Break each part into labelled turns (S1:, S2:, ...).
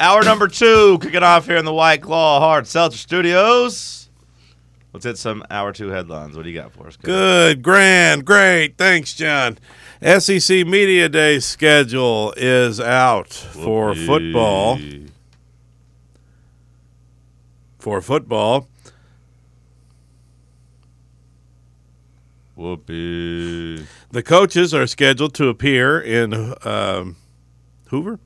S1: Hour number two kicking off here in the White Claw Hard Seltzer Studios. Let's hit some hour two headlines. What do you got for us? Cody?
S2: Good, grand, great. Thanks, John. SEC Media Day schedule is out for
S1: Whoopee.
S2: football. For football.
S1: Whoopee.
S2: The coaches are scheduled to appear in um, Hoover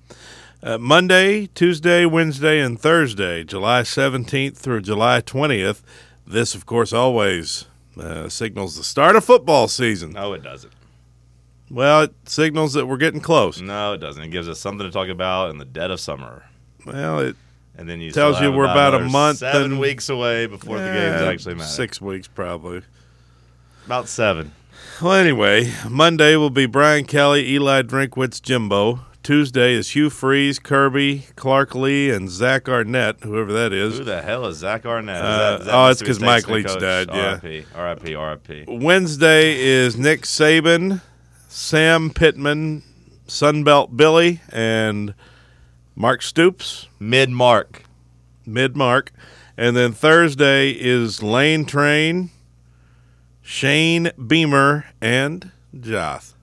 S2: uh, Monday, Tuesday, Wednesday, and Thursday, July 17th through July 20th. This, of course, always uh, signals the start of football season.
S1: No, it doesn't.
S2: Well, it signals that we're getting close.
S1: No, it doesn't. It gives us something to talk about in the dead of summer.
S2: Well, it
S1: And then you
S2: Tells
S1: still have
S2: you we're about a
S1: another
S2: month
S1: seven
S2: and-
S1: weeks away before the games
S2: eh,
S1: actually matter.
S2: Six weeks, probably.
S1: About seven.
S2: Well, anyway, Monday will be Brian Kelly, Eli Drinkwitz, Jimbo. Tuesday is Hugh Freeze, Kirby, Clark Lee, and Zach Arnett, whoever that is.
S1: Who the hell is Zach Arnett? Is
S2: Uh,
S1: is
S2: oh,
S1: Mississippi
S2: it's 'cause
S1: State's
S2: Mike
S1: new
S2: Leach
S1: coach?
S2: died, yeah.
S1: RIP, RIP, RIP.
S2: Wednesday is Nick Saban, Sam Pittman, Sunbelt Billy, and Mark Stoops,
S1: Mid mark.
S2: mid Mark. And then Thursday is Lane Train, Shane Beamer, and Joth.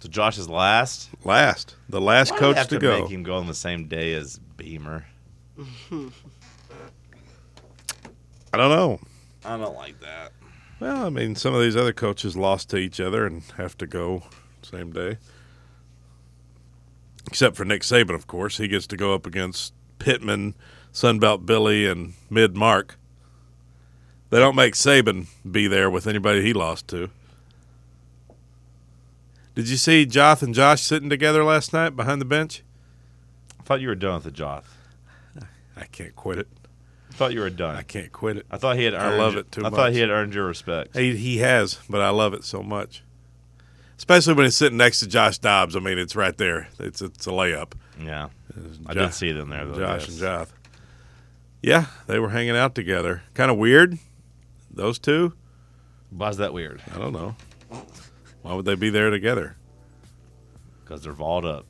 S1: So Josh is last.
S2: Last, the last
S1: Why do we
S2: coach
S1: have
S2: to
S1: to,
S2: go.
S1: make him go on the same day as Beamer.
S2: I don't know.
S1: I don't like that.
S2: Well, I mean, some of these other coaches lost to each other and have to go same day. Except for Nick Saban, of course, he gets to go up against Pittman, Sunbelt Billy, and Mid Mark. They don't make Saban be there with anybody he lost to. Did you see Joth and Josh sitting together last night behind the bench?
S1: I thought you were done with the Joth.
S2: I can't quit it.
S1: I thought you were done.
S2: I can't quit it.
S1: I thought he had
S2: I
S1: earned.
S2: love it too
S1: I thought
S2: much.
S1: he had earned your respect.
S2: He, he has, but I love it so much. Especially when it's sitting next to Josh Dobbs. I mean, it's right there. It's it's a layup.
S1: Yeah, I
S2: Jo-
S1: did see them there. Though,
S2: Josh and
S1: yes.
S2: Joth. Yeah, they were hanging out together. Kind of weird. Those two.
S1: Why's that weird?
S2: I don't know. Why would they be there together?
S1: Because they're balled up.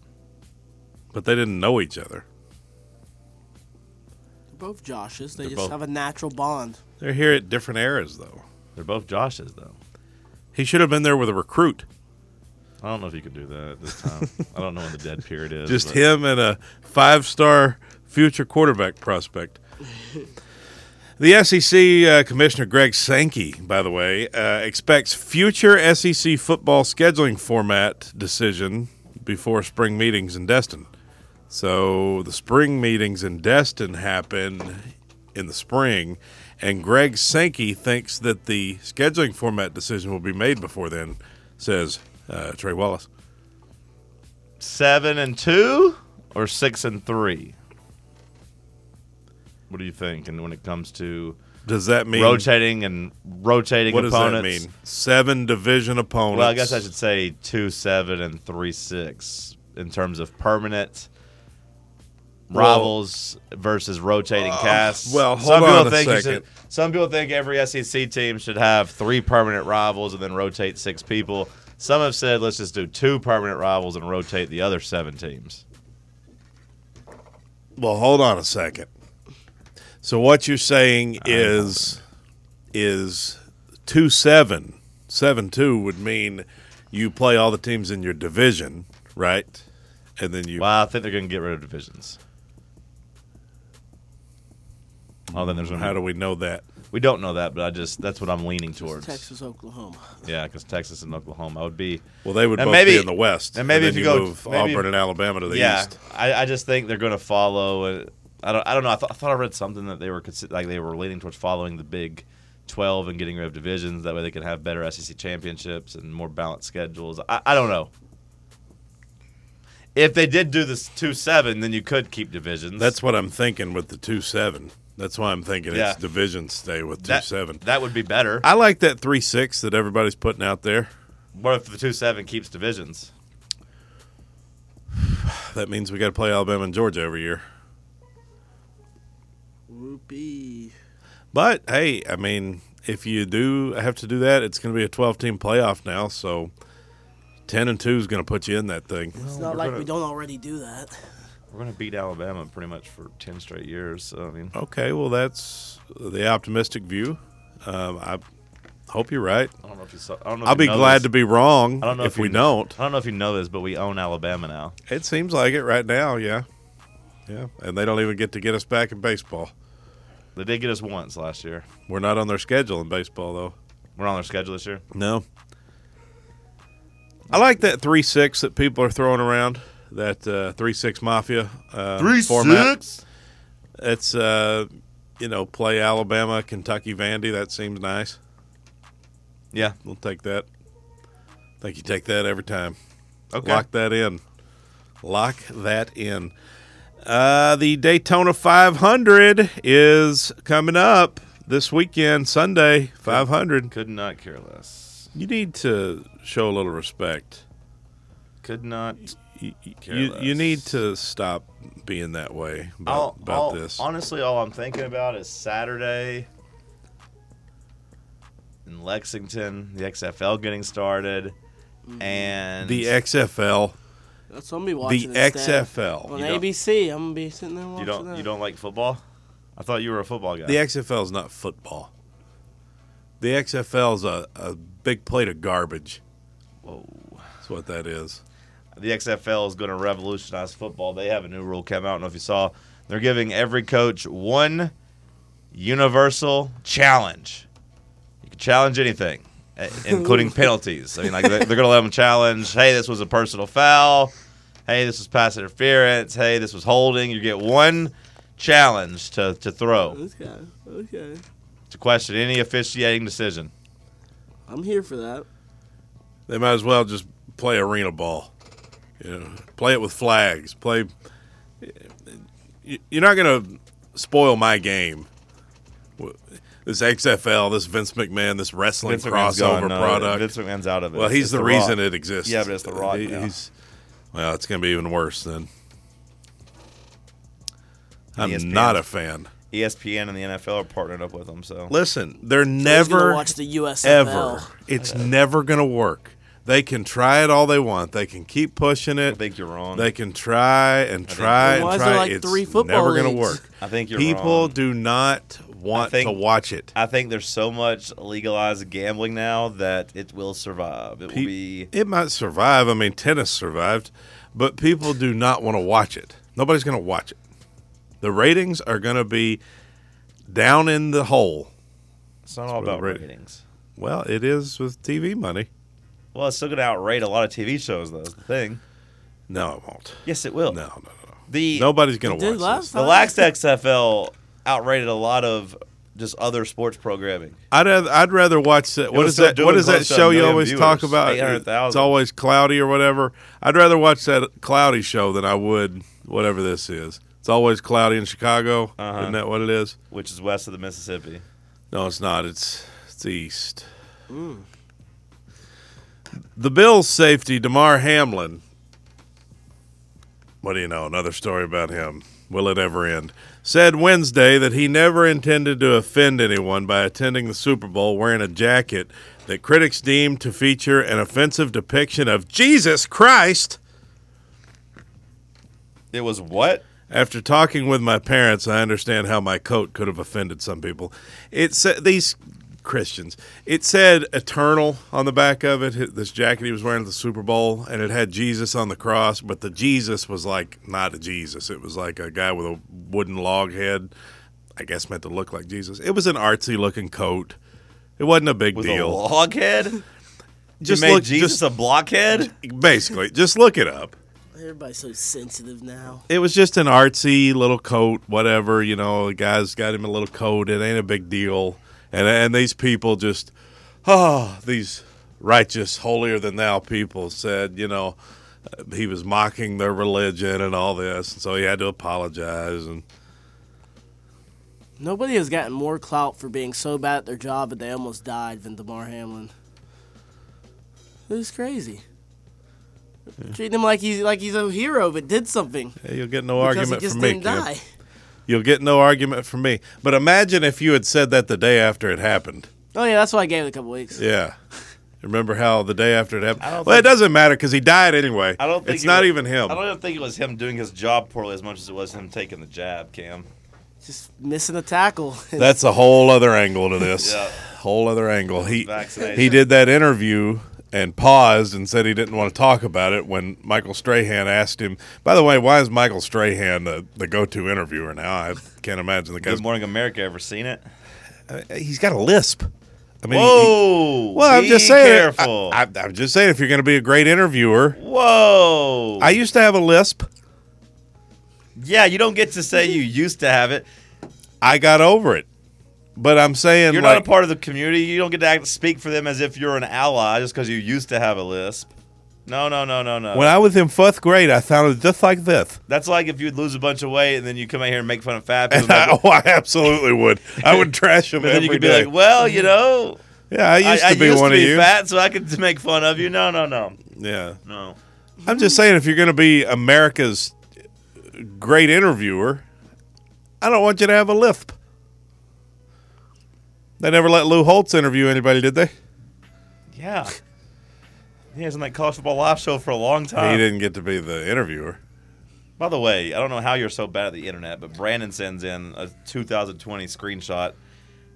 S2: But they didn't know each other.
S3: Both Joshes. They
S1: They're
S3: just
S1: both-
S3: have a natural bond.
S2: They're here at different eras, though.
S1: They're both Josh's though.
S2: He should have been there with a recruit.
S1: I don't know if you could do that at this time. I don't know when the dead period is.
S2: Just
S1: but-
S2: him and a five star future quarterback prospect. the SEC uh, Commissioner Greg Sankey, by the way, uh, expects future SEC football scheduling format decision before spring meetings in Destin. So the spring meetings in Destin happen in the spring, and Greg Sankey thinks that the scheduling format decision will be made before then, says uh, Trey Wallace.
S1: seven and two or six and three? What do you think? And when it comes to
S2: Does that mean
S1: rotating and rotating
S2: What
S1: opponents,
S2: does that mean? Seven division opponents.
S1: well, I guess I should say two seven and three six in terms of permanent
S2: Well- uh,
S1: rivals versus rotating casts.
S2: well,
S1: some
S2: hold
S1: people
S2: on a
S1: think you
S2: second.
S1: should- some people think every SEC team should have three permanent rivals and then rotate six people. Some have said let's just do two permanent rivals and rotate the other seven teams.
S2: Well, hold on a second. So what you're saying is is two seven seven two would mean you play all the teams in your division, right? And then you
S1: Well, I think they're going to get rid of divisions. Oh, then there's
S2: how
S1: gonna
S2: do
S1: be,
S2: we know that?
S1: we don't know that, but I just that's what I'm leaning towards.
S3: Texas, Oklahoma.
S1: Yeah, because Texas and Oklahoma, I would be.
S2: Well, they would
S1: And
S2: both
S1: maybe-
S2: be in the West,
S1: and maybe
S2: then
S1: if you go-
S2: move
S1: maybe-
S2: Auburn and Alabama to the
S1: yeah,
S2: East.
S1: I, I just think they're going to follow. uh, I don't. I don't know. I, thought I thought I read something that they were consi- like they were leaning towards following the Big Twelve and getting rid of divisions. That way they can have better SEC championships and more balanced schedules. I, I don't know. If they did do this two seven, then you could keep divisions.
S2: That's what I'm thinking with the two seven. That's why I'm thinking
S1: Yeah.
S2: it's division stay with two
S1: that,
S2: seven.
S1: That would be better.
S2: I like that three six that everybody's putting out there.
S1: What if the two seven keeps divisions?
S2: That means we got to play Alabama and Georgia every year.
S3: Whoopee.
S2: But hey, I mean, if you do have to do that, it's going to be a 12 team playoff now. So Ten and two is going to put you in that thing.
S3: It's not
S1: we're
S3: like
S1: gonna-
S3: we don't already do that.
S1: We're going to beat Alabama pretty much for 10 straight years. So, I mean,
S2: Okay, well that's the optimistic view. Um, I hope you're right.
S1: I don't know if you saw. I don't know if
S2: I'll
S1: you
S2: be
S1: know
S2: glad
S1: this.
S2: to be wrong
S1: I don't know
S2: if,
S1: if you
S2: we
S1: kn-
S2: don't.
S1: I don't know if you know this, but we own Alabama now.
S2: It seems like it right now, yeah. Yeah, and they don't even get to get us back in baseball.
S1: They did get us once last year.
S2: We're not on their schedule in baseball though.
S1: We're on their schedule this year.
S2: No. I like that three six that people are throwing around. That uh, three six mafia uh, format. It's uh, you know play Alabama, Kentucky, Vandy. That seems nice.
S1: Yeah.
S2: We'll take that. I think you take that every time.
S1: Okay.
S2: Lock that in. Lock that in. Uh, the Daytona 500 is coming up this weekend, Sunday. 500.
S1: Could not care less.
S2: You need to show a little respect.
S1: Could not.
S2: You,
S1: Care
S2: you, you
S1: less.
S2: need to stop being that way about,
S1: All-
S2: about
S1: all-
S2: this.
S1: Honestly, all I'm thinking about is Saturday in Lexington, the XFL getting started, and
S2: the XFL.
S3: That's what I'm gonna be
S2: The
S3: watching. instead.
S2: XFL.
S3: on
S1: You don't-
S3: ABC. I'm gonna be sitting there watching
S1: you don't
S3: that.
S1: you don't like football? I thought you were a football guy.
S2: The XFL is not football. The XFL is a, a big plate of garbage.
S1: Whoa.
S2: That's what that is.
S1: the XFL is going to revolutionize football. They have a new rule come out. I don't know if you saw. They're giving every coach one universal challenge. You can challenge anything, eh, including penalties. I mean, like they're going to let them challenge. Hey, this was a personal foul. Hey, this was pass interference. Hey, this was holding. You get one challenge to, to throw
S3: Okay. Okay.
S1: to question any officiating decision.
S3: I'm here for that.
S2: They might as well just play arena ball. You know, play it with flags. Play. you- You're not going to spoil my game. W- This XFL, this Vince McMahon, this wrestling
S1: Vince McMahon's
S2: crossover
S1: gone, no,
S2: product.
S1: Vince McMahon's out of it.
S2: well, he's
S1: It's
S2: the, reason
S1: Rock.
S2: it exists.
S1: Yeah, but it's The Rock
S2: He-
S1: now.
S2: He's. Well, it's going to be even worse then. I'm
S1: ESPN.
S2: not a fan.
S1: E ESPN and the NFL are partnered up with them. So
S2: Listen, they're
S3: Who's gonna
S2: never
S3: watch the USFL.
S2: ever. It's never going to work. They can try it all they want. They can keep pushing
S1: I
S2: it.
S1: think you're wrong.
S2: They can try and try and
S3: Why is there
S2: try.
S3: like
S2: it's
S3: three football
S2: never going to
S3: leagues?
S2: work.
S1: I think you're
S2: People
S1: wrong.
S2: do not want
S1: I think-
S2: to watch it.
S1: I think there's so much legalized gambling now that it will survive. It will be
S2: It might survive. I mean, tennis survived, but people do not want to watch it. Nobody's going to watch it. The ratings are going to be down in the hole.
S1: it's not all
S2: really
S1: about
S2: great.
S1: ratings.
S2: Well, it is with TV money.
S1: Well, it's still gonna outrate a lot of TV shows though, is the thing.
S2: No, it won't.
S1: Yes it will.
S2: No, no, no.
S1: The
S2: Nobody's going
S3: It
S2: to
S3: did
S2: watch
S3: last
S2: this.
S1: the lax XFL outrated a lot of just other sports programming.
S2: I'd rather, I'd rather watch that. What
S1: was
S2: is
S1: still
S2: that? What
S1: doing
S2: is that
S1: close to a
S2: show you
S1: million
S2: always
S1: viewers,
S2: talk about?
S1: 800,000.
S2: It's always cloudy or whatever. I'd rather watch that cloudy show than I would whatever this is. It's always cloudy in Chicago.
S1: Uh-huh.
S2: Isn't that what it is?
S1: Which is west of the Mississippi.
S2: No, it's not. It's it's the east. The Bills safety Damar Hamlin. What do you know? Another story about him. Will it ever end? Said Wednesday that he never intended to offend anyone by attending the Super Bowl wearing a jacket that critics deemed to feature an offensive depiction of Jesus Christ.
S1: It was what?
S2: After talking with my parents, I understand how my coat could have offended some people. It said these Christians. It said eternal on the back of it. This jacket he was wearing at the Super Bowl, and it had Jesus on the cross, but the Jesus was like not a Jesus. It was like a guy with a wooden log head. I guess meant to look like Jesus. It was an artsy looking coat. It wasn't a big
S1: With a
S2: deal.
S1: loghead?
S2: Just
S1: you made
S2: look-
S1: Jesus
S2: just-
S1: a blockhead?
S2: Basically, just look it up.
S3: Everybody's so sensitive now.
S2: it was just an artsy little coat, whatever. You know, the guy's got him a little coat. It ain't a big deal. And and these people just, oh, these righteous, holier than thou people said, you know, uh, he was mocking their religion and all this, and so he had to apologize. And
S3: Nobody has gotten more clout for being so bad at their job that they almost died than Damar Hamlin. This is crazy. Treating him like he's like he's a hero, but did something
S2: hey, you'll get no
S3: because he
S2: argument
S3: just
S2: from me.
S3: didn't
S2: Kim.
S3: die.
S2: You'll get no argument from me. But imagine if you had said that the day after it happened.
S3: Oh yeah, that's why I gave it a couple weeks.
S2: Yeah. Remember how the day after it
S1: I
S2: happened?
S1: don't
S2: Well, it
S1: think-
S2: doesn't matter because he died anyway.
S1: I don't think
S2: it's
S1: it
S2: not
S1: was-
S2: even him.
S1: I don't even think it was him doing his job poorly as much as it was him taking the jab, Cam.
S3: Just missing a tackle.
S2: That's a whole other angle to this.
S1: Yeah.
S2: Whole other angle. He
S1: Vaccination.
S2: he did that interview and paused and said he didn't want to talk about it when Michael Strahan asked him. By the way, why is Michael Strahan the, the go-to interviewer now? I can't imagine the
S1: Good
S2: guy.
S1: Morning America. Ever seen it?
S2: He's got a lisp. I mean, he-
S1: Whoa!
S2: well, I'm
S1: be
S2: just saying.
S1: Careful.
S2: I, I, am just saying, if you're going to be a great interviewer,
S1: Whoa!
S2: I used to have a lisp.
S1: yeah, you don't get to say you used to have it.
S2: I got over it, but I'm saying
S1: You're
S2: like,
S1: not a part of the community. You don't get to act, speak for them as if you're an ally just because you used to have a lisp. No, no, no, no, no.
S2: when I was in fourth grade, I sounded just like this.
S1: That's like if you'd lose a bunch of weight and then you come out here and make fun of fat people.
S2: And I, oh, I absolutely would. I would trash him
S1: but then
S2: every
S1: you could be
S2: day.
S1: like, well, you know,
S2: yeah, I used
S1: I, I
S2: to be
S1: used
S2: one
S1: to be
S2: of you.
S1: fat, so I could make fun of you. No, no, no,
S2: Yeah,
S1: no.
S2: I'm just saying, if you're going to be America's great interviewer, I don't want you to have a lisp. They never let Lou Holtz interview anybody, did they?
S1: Yeah. He hasn't that college football live show for a long time.
S2: he didn't get to be the interviewer.
S1: By the way, I don't know how you're so bad at the internet, but Brandon sends in a 2020 screenshot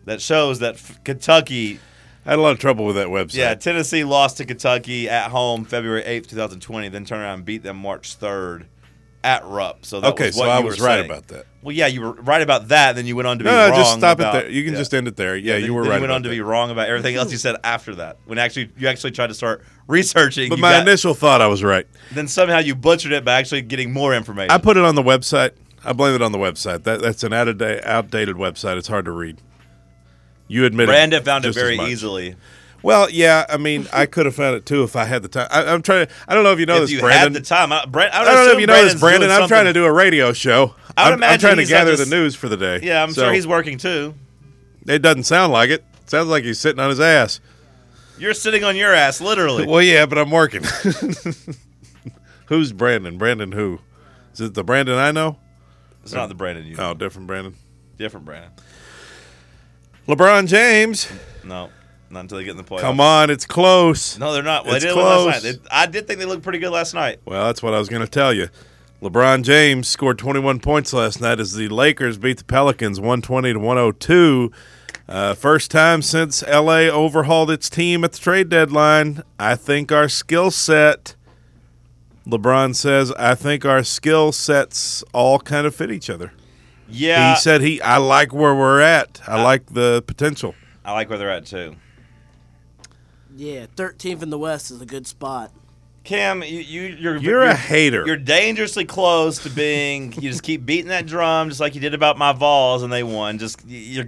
S1: that shows that f- Kentucky
S2: I had a lot of trouble with that website.
S1: Yeah, Tennessee lost to Kentucky at home February 8th, 2020, then turned around and beat them March 3rd at Rupp. So that
S2: Okay,
S1: was
S2: so
S1: what
S2: I
S1: you
S2: was
S1: were
S2: right
S1: saying.
S2: about that.
S1: Well, yeah, you were right about that, then you went on to be
S2: No,
S1: wrong.
S2: no, just stop
S1: about-
S2: it there. You can
S1: yeah.
S2: just end it there. Yeah,
S1: Then-
S2: you were
S1: then
S2: right.
S1: You went
S2: about
S1: on to
S2: that.
S1: be wrong about everything else you said after that. When actually you actually tried to start researching,
S2: But
S1: you
S2: my
S1: got-
S2: initial thought, I was right.
S1: then somehow you butchered it by actually getting more information.
S2: I put it on the website. I blame it on the website. That that's an out of day, outdated website. It's hard to read. You admitted.
S1: Brandon found it
S2: just as
S1: very
S2: much.
S1: easily.
S2: Well, yeah. I mean, I could have found it too if I had the time. I, I'm trying. To, I don't know if you know
S1: If
S2: this,
S1: you had
S2: Brandon.
S1: the time, I, Brand, I,
S2: I
S1: would
S2: don't know if
S1: assume
S2: you know
S1: Brandon's
S2: this, Brandon.
S1: doing
S2: I'm trying to
S1: something-
S2: do a radio show.
S1: I would
S2: I'm- I'm,
S1: imagine
S2: trying to
S1: he's like
S2: gather
S1: this-
S2: the news for the day.
S1: Yeah, I'm
S2: So,
S1: sure he's working too.
S2: It doesn't sound like it. Sounds like he's sitting on his ass.
S1: You're sitting on your ass, literally.
S2: Well, yeah, but I'm working. Who's Brandon? Brandon who? Is it the Brandon I know?
S1: It's not the Brandon you know.
S2: Oh, different Brandon.
S1: Different Brandon.
S2: LeBron James.
S1: No, not until they get in the playoffs.
S2: Come on, it's close.
S1: No, they're not. Well,
S2: It's
S1: they did win last
S2: close.
S1: night. They- I did think they looked pretty good last night.
S2: Well, that's what I was going to tell you. LeBron James scored 21 points last night as the Lakers beat the Pelicans 120 to 102. Uh, first time since LA overhauled its team at the trade deadline. I think our skill set, LeBron says, I think our skill sets all kind of fit each other.
S1: Yeah,
S2: he said he, I like where we're at. I like the potential.
S1: I like where they're at too.
S3: yeah, 13th in the West is a good spot.
S1: Cam, you, you you're
S2: You're a hater.
S1: You're dangerously close to being. you just keep beating that drum, just like you did about my Vols, and they won. Just y- you're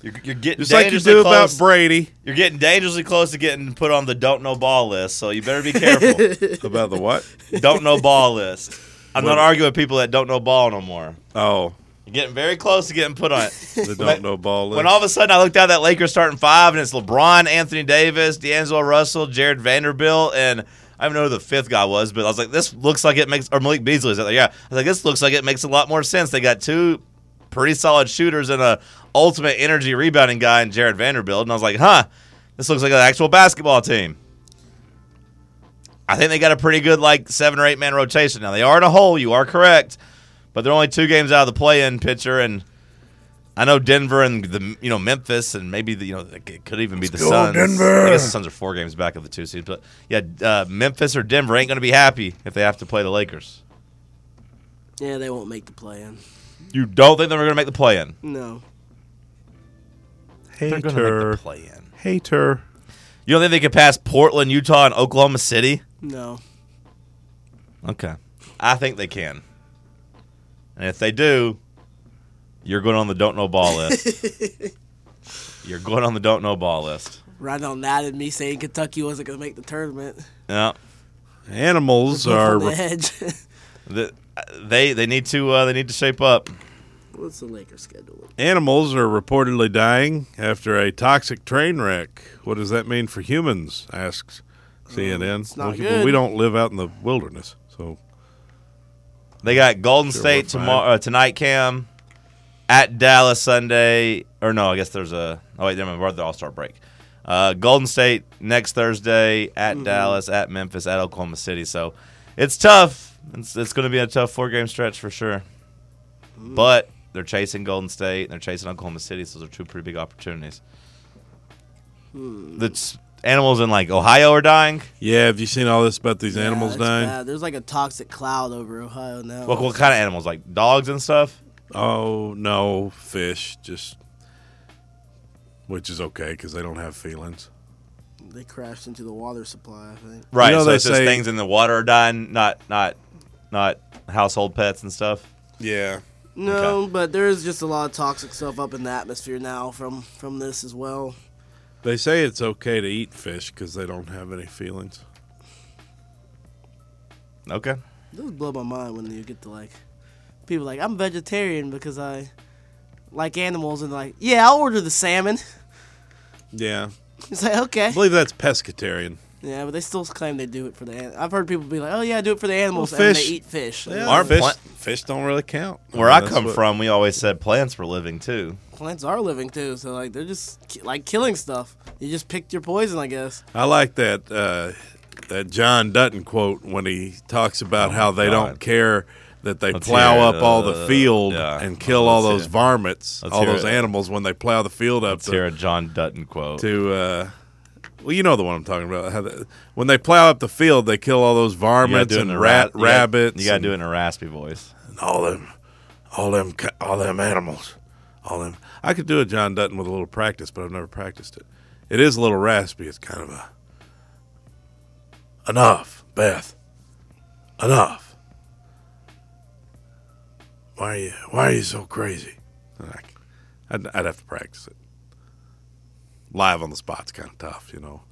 S1: you're, you're getting
S2: Just like you
S1: dangerously
S2: do
S1: close.
S2: about Brady.
S1: you're getting dangerously close to getting put on the don't know ball list. So you better be careful.
S2: About the what?
S1: don't know ball list. I'm not arguing with people that don't know ball no more.
S2: Oh,
S1: You're getting very close to getting put on it.
S2: the don't know ball.
S1: When
S2: list.
S1: all of a sudden I looked down that Lakers starting five and it's LeBron, Anthony Davis, D'Angelo Russell, Jared Vanderbilt, and I don't know who the fifth guy was, but I was like, this looks like it makes or Malik Beasley is out there. Yeah, I was like, this looks like it makes a lot more sense. They got two pretty solid shooters and a ultimate energy rebounding guy in Jared Vanderbilt, and I was like, huh, this looks like an actual basketball team. I think they got a pretty good like seven or eight man rotation now. They are in a hole. You are correct, but they're only two games out of the play-in picture, and I know Denver and the you know Memphis and maybe the, you know it could even be the
S2: go,
S1: Suns.
S2: Denver!
S1: I guess the Suns are four games back of the two seed, but yeah, uh, Memphis or Denver ain't going to be happy if they have to play the Lakers.
S3: Yeah, they won't make the play in.
S1: You don't think they're going to make the play-in?
S3: No.
S1: They're
S2: hater.
S1: going to make the play-in.
S2: Hater.
S1: You don't think they could pass Portland, Utah, and Oklahoma City?
S3: No.
S1: Okay. I think they can. And if they do, you're going on the don't know ball list. you're going on the don't know ball list.
S3: Right on that and me saying Kentucky wasn't going to make the tournament.
S1: Yeah.
S2: Animals are
S3: On the edge.
S1: The- they they need to uh, they need to shape up.
S3: What's the Lakers schedule?
S2: animals are reportedly dying after a toxic train wreck. What does that mean for humans? Asks CNN.
S3: it's not
S2: we,
S3: good.
S2: we don't live out in the wilderness, so
S1: They got Golden
S2: Sure,
S1: State
S2: we're fine.
S1: tomorrow uh, tonight, Cam. At Dallas Sunday, or no? I guess there's a. Oh wait, never mind. We're at the All Star break. Uh, Golden State next Thursday at Dallas, at Memphis, at Oklahoma City. So it's tough. It's, it's going to be a tough four game stretch for sure. But they're chasing Golden State and they're chasing Oklahoma City. So those are two pretty big opportunities. That's animals in like Ohio are dying.
S2: Yeah, have you seen all this about these
S3: Yeah,
S2: animals
S3: that's
S2: dying?
S3: bad. There's like a toxic cloud over Ohio now.
S1: What, what kind of animals? Like dogs and stuff?
S2: Oh no, fish just, which is okay because they don't have feelings.
S3: They crashed into the water supply, I think.
S1: Right.
S2: know
S1: so
S2: they
S1: it's just
S2: say-
S1: things in the water are dying, not not not household pets and stuff.
S2: Yeah,
S3: No, but there is just a lot of toxic stuff up in the atmosphere now from from this as well.
S2: they say it's okay to eat fish because they don't have any feelings.
S1: Okay.
S3: It does blow my mind when you get to like people like I'm vegetarian because I like animals and like yeah I'll order the salmon.
S2: Yeah,
S3: It's like okay,
S2: I believe that's pescatarian.
S3: yeah, but they still claim they do it for the. An- I've heard people be like, oh yeah, I do it for the animals
S2: Well,
S3: and they
S2: fish-
S3: eat fish.
S2: Yeah,
S1: Our
S2: fish,
S1: plant-
S2: fish don't really count.
S1: Where
S2: mean,
S1: I
S2: that's
S1: come
S2: what-
S1: from, we always said plants were living too.
S3: Plants are living too, so like they're just ki- like killing stuff. You just picked your poison, I guess.
S2: I like that uh, that John Dutton quote when he talks about how they don't
S1: Oh, God.
S2: care that they
S1: Let's
S2: plow
S1: hear it.
S2: up all the
S1: Uh,
S2: field
S1: yeah.
S2: and kill
S1: Let's
S2: all
S1: hear
S2: those
S1: it.
S2: varmints,
S1: Let's
S2: all
S1: hear
S2: those
S1: it.
S2: animals when they plow the field up
S1: Let's
S2: to,
S1: hear a John Dutton quote.
S2: to uh, well, you know the one I'm talking about. How the, when they plow up the field, they kill all those
S1: You gotta
S2: varmints
S1: do it in
S2: and
S1: a
S2: rat
S1: ra- you gotta-
S2: rabbits.
S1: You gotta
S2: and
S1: do it in a raspy voice.
S2: all them, all them, ca- all them animals, all them. I could do a John Dutton with a little practice, but I've never practiced it. It is a little raspy. It's kind of a enough, Beth. Enough. Why are you? Why are you so crazy? I c- I'd, I'd have to practice it. Live on the spot's kind of tough, you know.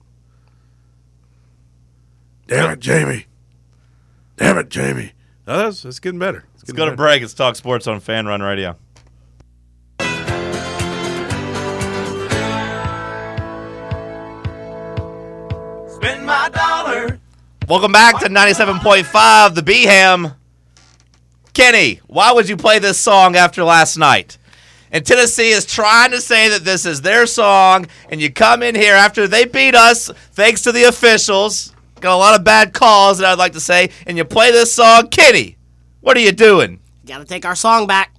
S2: Damn it, Jamie! Damn it, Jamie! No, that's that's getting better.
S1: Let's
S2: It's getting
S1: go to
S2: better.
S1: break. It's Talk Sports on Fan Run Radio.
S4: Spend my dollar.
S1: Welcome back to 97.5, the Beeham. Kenny, why would you play this song after last night? And Tennessee is trying to say that this is their song, and you come in here after they beat us, thanks to the officials. Got a lot of bad calls that I'd like to say, and you play this song. Kenny, what are you doing?
S3: Got to take our song back.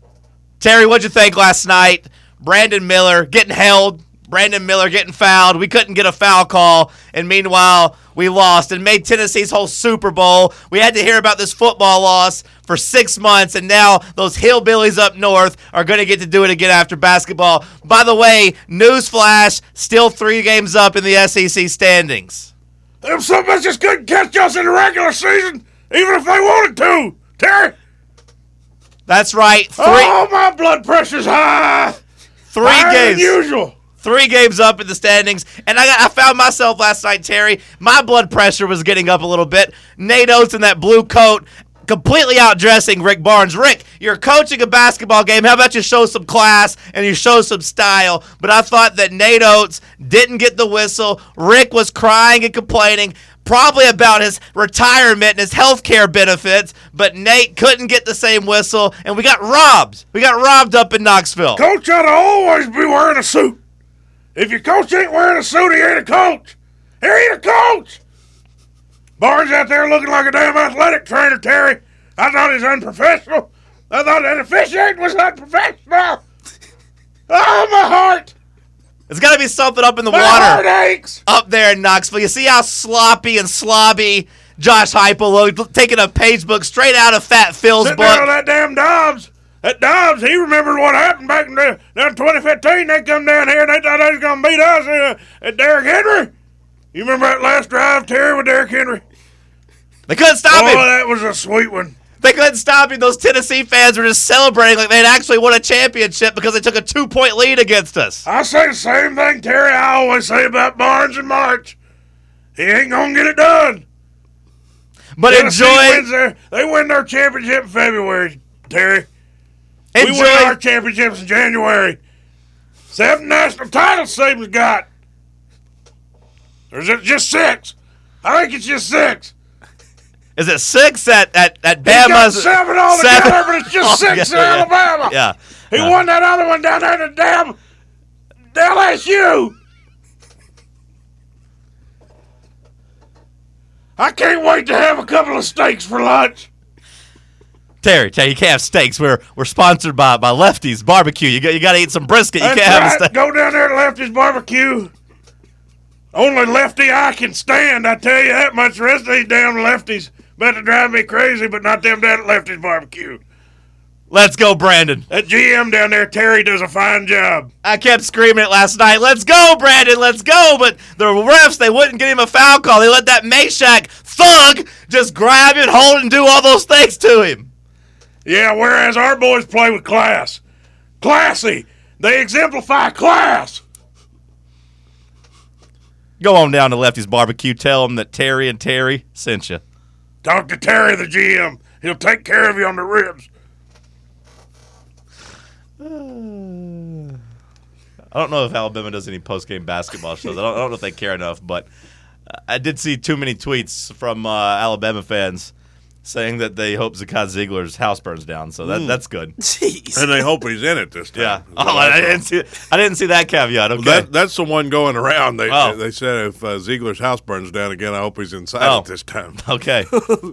S1: Terry, what'd you think last night? Brandon Miller getting held, Brandon Miller getting fouled. We couldn't get a foul call, and meanwhile, we lost and made Tennessee's whole Super Bowl. We had to hear about this football loss for six months, and now those hillbillies up north are going to get to do it again after basketball. By the way, newsflash: still three games up in the SEC standings.
S2: Them suckers just couldn't catch us in the regular season, even if they wanted to. Terry,
S1: That's right, three
S2: oh my blood pressure's high,
S1: three
S2: higher
S1: games.
S2: than usual.
S1: three games up in the standings. And I, got, I found myself last night, Terry. My blood pressure was getting up a little bit. Nate Oates in that blue coat, completely outdressing Rick Barnes. Rick, you're coaching a basketball game. How about you show some class and you show some style? But I thought that Nate Oates didn't get the whistle. Rick was crying and complaining. Probably about his retirement and his health care benefits, but Nate couldn't get the same whistle, and we got robbed. We got robbed up in Knoxville.
S2: Coach ought to always be wearing a suit. If your coach ain't wearing a suit, he ain't a coach. He ain't a coach. Barnes out there looking like a damn athletic trainer, Terry. I thought he's unprofessional. I thought that officiating was unprofessional. Oh, my heart.
S1: There's got to be something up in the
S2: My
S1: water.
S2: heart aches.
S1: up there in Knoxville. You see how sloppy and slobby Josh Heupel looked, taking a page book straight out of Fat Phil's
S2: Sitting down on
S1: book.
S2: that damn Dobbs. That Dobbs, he remembers what happened back in the, down 2015. They come down here and they thought they was going to beat us uh, at Derrick Henry. You remember that last drive, Terry, with Derrick Henry?
S1: They couldn't stop
S2: Oh,
S1: him.
S2: that was a sweet one.
S1: They couldn't stop him. Those Tennessee fans were just celebrating like they'd actually won a championship because they took a two point lead against us.
S2: I say the same thing, Terry, I always say about Barnes and March. He ain't going to get it done.
S1: But
S2: Tennessee
S1: enjoy,
S2: wins their, they win their championship in February, Terry. We win our
S1: enjoy,
S2: championships in January. Seven national titles Saban's got. Or is it just six? I think it's just six.
S1: is it six at at at
S2: He's got
S1: Bama's?
S2: seven altogether,
S1: seven-
S2: but it's just six
S1: altogether,
S2: in
S1: yeah.
S2: Alabama.
S1: Yeah,
S2: He won that other one down there in the damn LSU. I can't wait to have a couple of steaks for lunch.
S1: Terry, Terry, you can't have steaks. We're we're sponsored by by Lefty's Barbecue. You got you got to eat some brisket. You
S2: That's
S1: can't have a
S2: right.
S1: steak.
S2: Go down there to Lefty's Barbecue. Only Lefty I can stand. I tell you that much. The rest of these damn Lefties about to drive me crazy, but not them down at Lefty's Barbecue.
S1: Let's go, Brandon.
S2: That GM down there, Terry, does a fine job.
S1: I kept screaming it last night. Let's go, Brandon. Let's go. But the refs, they wouldn't get him a foul call. They let that Meshack thug just grab and hold and do all those things to him.
S2: Yeah, whereas our boys play with class. Classy. They exemplify class.
S1: Go on down to Lefty's Barbecue. Tell them that Terry and Terry sent you.
S2: Talk to Terry, the GM. He'll take care of you on the ribs.
S1: I don't know if Alabama does any post game basketball shows. I don't, I don't know if they care enough, but I did see too many tweets from uh, Alabama fans saying that they hope Zakai Ziegler's house burns down. So that, that's good.
S3: Jeez.
S2: And they hope he's in it this time.
S1: Yeah. Oh, I didn't see. I didn't see that caveat. Okay.
S2: That, that's the one going around. They
S1: Oh.
S2: they said if uh, Ziegler's house burns down again, I hope he's inside
S1: Oh.
S2: it this time.
S1: okay.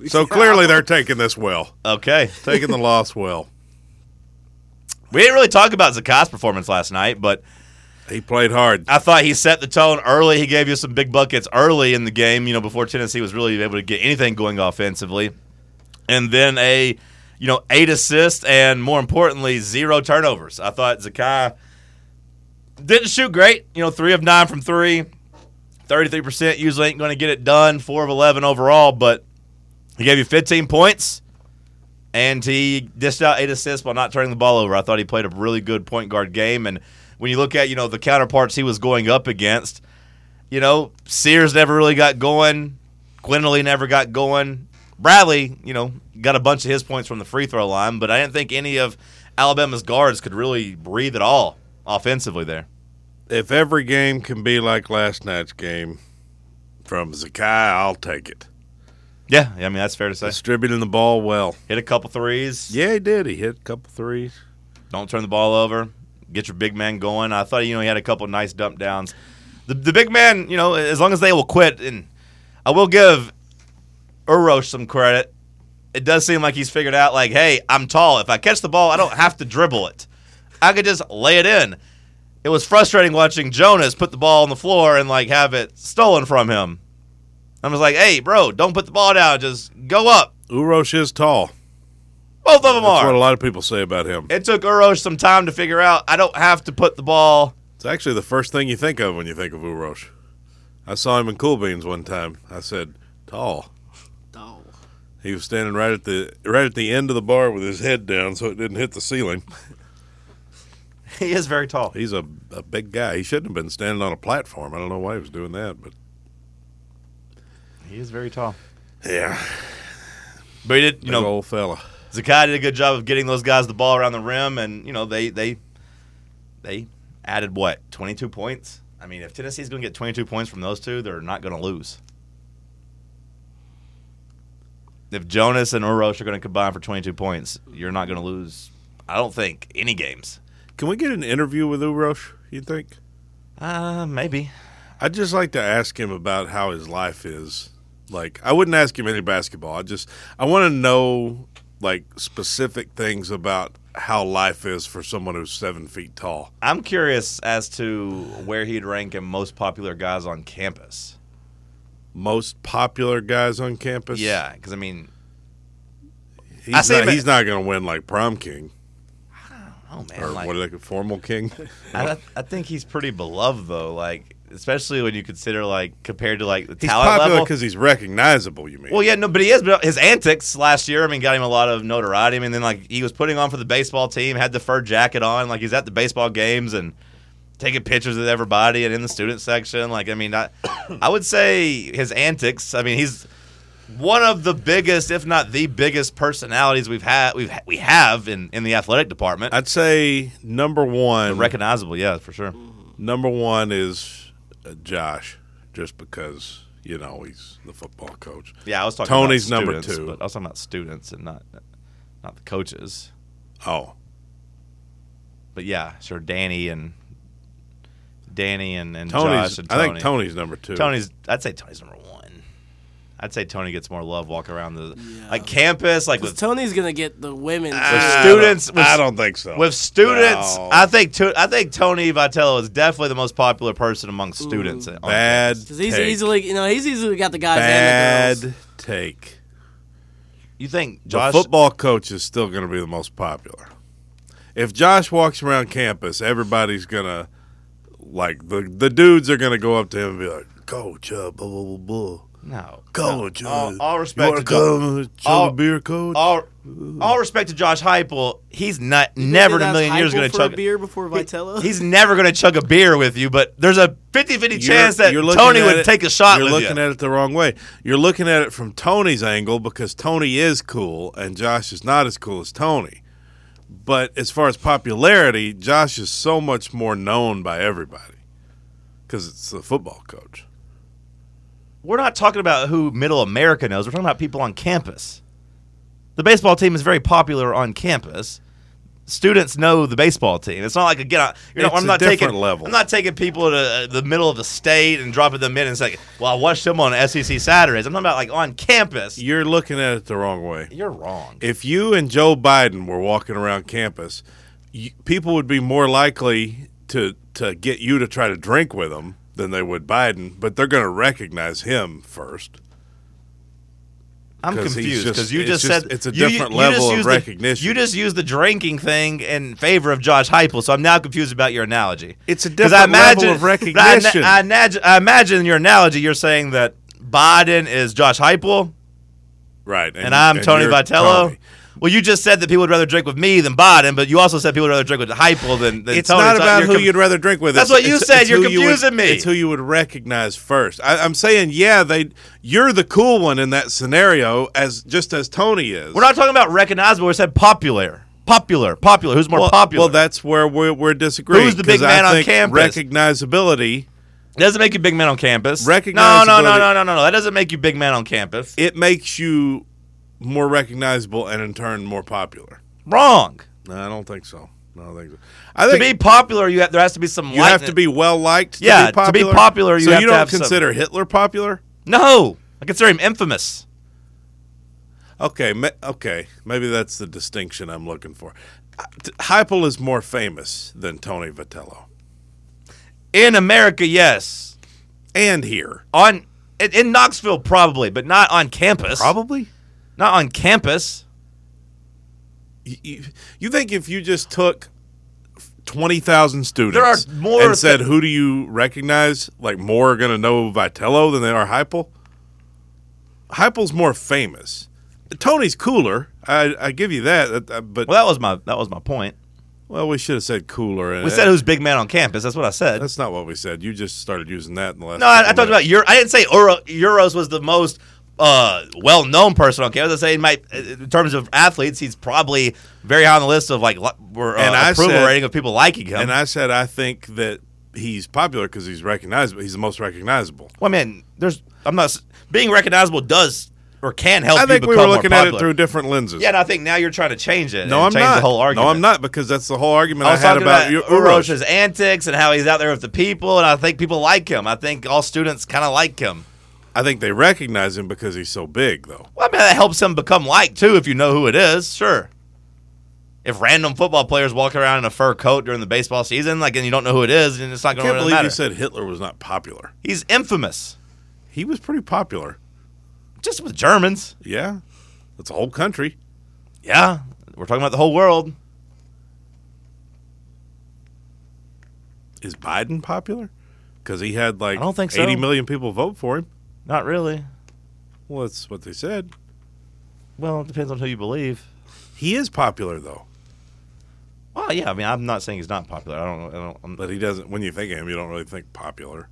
S2: So clearly they're taking this well,
S1: Okay.
S2: taking the loss well.
S1: We didn't really talk about Zakai's performance last night, but
S2: He played hard.
S1: I thought he set the tone early. He gave you some big buckets early in the game, you know, before Tennessee was really able to get anything going offensively. And then a, you know, eight assists and more importantly, zero turnovers. I thought Zakai didn't shoot great, you know, three of nine from three. 33% usually ain't going to get it done, four of 11 overall, but he gave you 15 points and he dished out eight assists while not turning the ball over. I thought he played a really good point guard game. And when you look at you know the counterparts he was going up against, you know Sears never really got going, Quinley never got going, Bradley you know got a bunch of his points from the free throw line, but I didn't think any of Alabama's guards could really breathe at all offensively there.
S2: If every game can be like last night's game from Zakai, I'll take it.
S1: Yeah, I mean that's fair to say.
S2: Distributing the ball well.
S1: Hit a couple threes.
S2: Yeah, he did. He hit a couple threes.
S1: Don't turn the ball over. Get your big man going. I thought you know he had a couple nice dump downs. The, the big man, you know, as long as they will quit, and I will give Urosh some credit. It does seem like he's figured out, like, hey, I'm tall. If I catch the ball, I don't have to dribble it. I could just lay it in. It was frustrating watching Jonas put the ball on the floor and like have it stolen from him. I was like, hey, bro, don't put the ball down. Just go up.
S2: Urosh is tall.
S1: Both of them
S2: That's what a
S1: are.
S2: lot of people say about him.
S1: It took Urosh some time to figure out. I don't have to put the ball.
S2: It's actually the first thing you think of when you think of Urosh. I saw him in Cool Beans one time. I said, "Tall."
S3: Oh.
S2: He was standing right at the right at the end of the bar with his head down, so it didn't hit the ceiling.
S1: He is very tall.
S2: He's a, a big guy. He shouldn't have been standing on a platform. I don't know why he was doing that, but
S1: He is very tall.
S2: yeah,
S1: But he did, you
S2: you
S1: know,
S2: old fella.
S1: Zakai did a good job of getting those guys the ball around the rim, and you know they they they added what twenty two points. I mean, if Tennessee's going to get twenty two points from those two, they're not going to lose. If Jonas and Urosh are going to combine for twenty two points, you're not going to lose. I don't think any games.
S2: Can we get an interview with Urosh? You think?
S1: Uh, maybe.
S2: I'd just like to ask him about how his life is. Like, I wouldn't ask him any basketball. I just I want to know like specific things about how life is for someone who's seven feet tall.
S1: I'm curious as to where he'd rank in most popular guys on campus.
S2: Most popular guys on campus.
S1: Yeah, because I mean,
S2: he's
S1: I see
S2: not,
S1: him at-
S2: he's not going to win like prom king
S1: oh man,
S2: or
S1: like,
S2: what are they formal king.
S1: I, I think he's pretty beloved though, like especially when you consider like compared to like the
S2: He's
S1: talent
S2: popular
S1: level.
S2: because he's recognizable. You mean?
S1: Well, yeah, no, but he is. But his antics last year, I mean, got him a lot of notoriety. I mean, then like he was putting on for the baseball team, had the fur jacket on, like he's at the baseball games and taking pictures with everybody and in the student section. Like, I mean, I, I would say his antics. I mean, he's one of the biggest, if not the biggest, personalities we've had we've we have in in the athletic department.
S2: I'd say number one.
S1: Recognizable, yeah, for sure.
S2: number one is uh, Josh, just because you know he's the football coach.
S1: Yeah, I was talking
S2: Tony's
S1: about
S2: number
S1: students,
S2: two.
S1: But I was talking about students and not not the coaches.
S2: Oh,
S1: But yeah, sure, Danny and Danny and, and
S2: Tony's.
S1: Josh and
S2: I
S1: Tony.
S2: think Tony's number two.
S1: Tony's. I'd say Tony's number one. I'd say Tony gets more love walking around the
S3: Yeah.
S1: like campus, like
S3: 'Cause
S1: with
S3: Tony's gonna get the women. too.
S1: with
S2: I don't-
S1: students. with,
S2: I don't think so.
S1: with students,
S2: No.
S1: I think to, I think Tony Vitello is definitely the most popular person among students. on
S2: bad.
S3: Because he's
S2: take.
S3: easily, you know, he's easily got the guys and the
S2: bad
S3: girls.
S2: take.
S1: You think
S2: The
S1: Josh?
S2: football coach is still going to be the most popular. If Josh walks around campus, everybody's gonna like the the dudes are gonna go up to him and be like, "Coach, uh, blah blah blah blah."
S1: No.
S2: Coach,
S1: No.
S2: uh,
S1: All, all
S2: you
S1: respect
S2: wanna
S1: to Josh.
S2: come and chill
S1: all-
S2: a beer, coach.
S1: All, all respect to Josh Heupel. He's not never in a
S3: That's
S1: million years
S3: hypo
S1: going to
S3: for
S1: chug
S3: a beer before Vitello.
S1: He's never going to chug a beer with you, but there's a 50-50 chance that
S2: looking
S1: Tony
S2: at
S1: would
S2: it-
S1: take a shot
S2: You're
S1: with
S2: looking
S1: you.
S2: at it the wrong way. You're looking at it from Tony's angle because Tony is cool and Josh is not as cool as Tony. But as far as popularity, Josh is so much more known by everybody because it's the football coach.
S1: We're not talking about who middle America knows. We're talking about people on campus. The baseball team is very popular on campus. Students know the baseball team. It's not like again, I, you know,
S2: It's
S1: I'm
S2: a
S1: not taking
S2: different level.
S1: I'm not taking people to uh, the middle of the state and dropping them in and saying, "Well, I watched them on SEC Saturdays." I'm talking about like on campus.
S2: You're looking at it the wrong way.
S1: You're wrong.
S2: if you and Joe Biden were walking around campus, you, people would be more likely to to get you to try to drink with them than they would Biden, but they're going to recognize him first.
S1: I'm
S2: 'Cause
S1: confused
S2: he's just-
S1: because you
S2: it's
S1: just,
S2: just-
S1: said
S2: it's a
S1: you- you-
S2: different
S1: you
S2: level
S1: just
S2: of
S1: used
S2: recognition.
S1: The, you just used the drinking thing in favor of Josh Heupel, so I'm now confused about your analogy.
S2: It's a
S1: 'Cause
S2: different level of
S1: but I ima-
S2: recognition.
S1: I, imagine, I imagine in your analogy, you're saying that Biden is Josh Heupel
S2: Right.
S1: and, I'm Tony
S2: you're
S1: Vitello.
S2: Tony.
S1: Well, you just said that people would rather drink with me than Biden, but you also said people would rather drink with Heupel than, than
S2: It's
S1: Tony.
S2: not
S1: so
S2: about
S1: you're
S2: who
S1: com-
S2: you'd rather drink with.
S1: That's
S2: It's-
S1: what you
S2: it's-
S1: said.
S2: it's
S1: You're
S2: who you would-
S1: confusing me.
S2: It's who you would recognize first. I, I'm saying, yeah, they. You're the cool one in that scenario, as just as Tony is.
S1: We're not talking about recognizable. We said popular, popular, popular. Who's more
S2: well,
S1: popular?
S2: Well, that's where we're, we're disagreeing.
S1: Who's the big
S2: 'cause I
S1: man on
S2: think
S1: campus?
S2: Recognizability.
S1: It doesn't make you big man on campus.
S2: Recognizability-
S1: No, no, no, no, no, no. That doesn't make you big man on campus.
S2: it makes you more recognizable and in turn more popular.
S1: Wrong.
S2: No, I don't think so. No, I don't think so. I
S1: To
S2: think
S1: be popular, you have, there has to be some.
S2: you have to
S1: lightning-
S2: be well liked.
S1: Yeah,
S2: to
S1: to be
S2: be popular.
S1: popular, you
S2: so
S1: have
S2: you
S1: to
S2: don't
S1: have some-
S2: consider Hitler popular.
S1: No, I consider him infamous.
S2: Okay, ma- okay, maybe that's the distinction I'm looking for. Uh, t- Heupel is more famous than Tony Vitello,
S1: In America, yes.
S2: and here
S1: On in, in Knoxville, probably, but not on campus.
S2: probably.
S1: not on campus.
S2: You, you, you think if you just took twenty thousand students
S1: There are more
S2: and
S1: thi-
S2: said, "Who do you recognize?" Like more are going to know Vitello than they are Heupel. Heupel's more famous. Tony's cooler. I, I give you that. uh, uh, But
S1: Well,
S2: well,
S1: that was my that was my point.
S2: we should have said cooler.
S1: We said who's big man on campus. That's what I said.
S2: That's not what we said. You just started using that in the last.
S1: no, I, I
S2: couple
S1: talked about
S2: minutes.
S1: Euro. I didn't say Euro, Euros was the most uh, well-known person on campus. I say in, my, in terms of athletes, he's probably very high on the list of like li- were, uh,
S2: And I
S1: approval
S2: said-
S1: rating of people liking him.
S2: And I said I think that he's popular because he's recognizable. He's the most recognizable.
S1: Well, man, there's. I'm not s- being recognizable does or can help.
S2: I
S1: you
S2: think we
S1: become
S2: were
S1: more
S2: looking at it
S1: popular.
S2: through different lenses.
S1: Yeah, and I think now you're trying to change it.
S2: No,
S1: and
S2: I'm
S1: change
S2: not.
S1: The whole argument.
S2: No, I'm not because that's the whole argument
S1: I
S2: I,
S1: was
S2: had
S1: talking about,
S2: about,
S1: about
S2: Ur- Urosh.
S1: Urosh's antics and how he's out there with the people, and I think people like him. I think all students kind of like him.
S2: I think they recognize him because he's so big, though.
S1: Well, I mean, that helps him become liked too if you know who it is. Sure. If random football players walk around in a fur coat during the baseball season, like, and you don't know who it is, then it's not
S2: I
S1: going to
S2: can't
S1: really
S2: believe
S1: matter.
S2: you said Hitler was not popular.
S1: he's infamous,
S2: He was pretty popular.
S1: just with Germans.
S2: Yeah, that's a whole country.
S1: Yeah, we're talking about the whole world.
S2: Is Biden popular? Because he had like
S1: I don't think so.
S2: 80 million people vote for him.
S1: Not really.
S2: Well, that's what they said.
S1: Well, it depends on who you believe.
S2: He is popular though,
S1: Well, yeah. I mean, I'm not saying he's not popular. I don't. know. I don't. I'm,
S2: but he doesn't. When you think of him, you don't really think popular.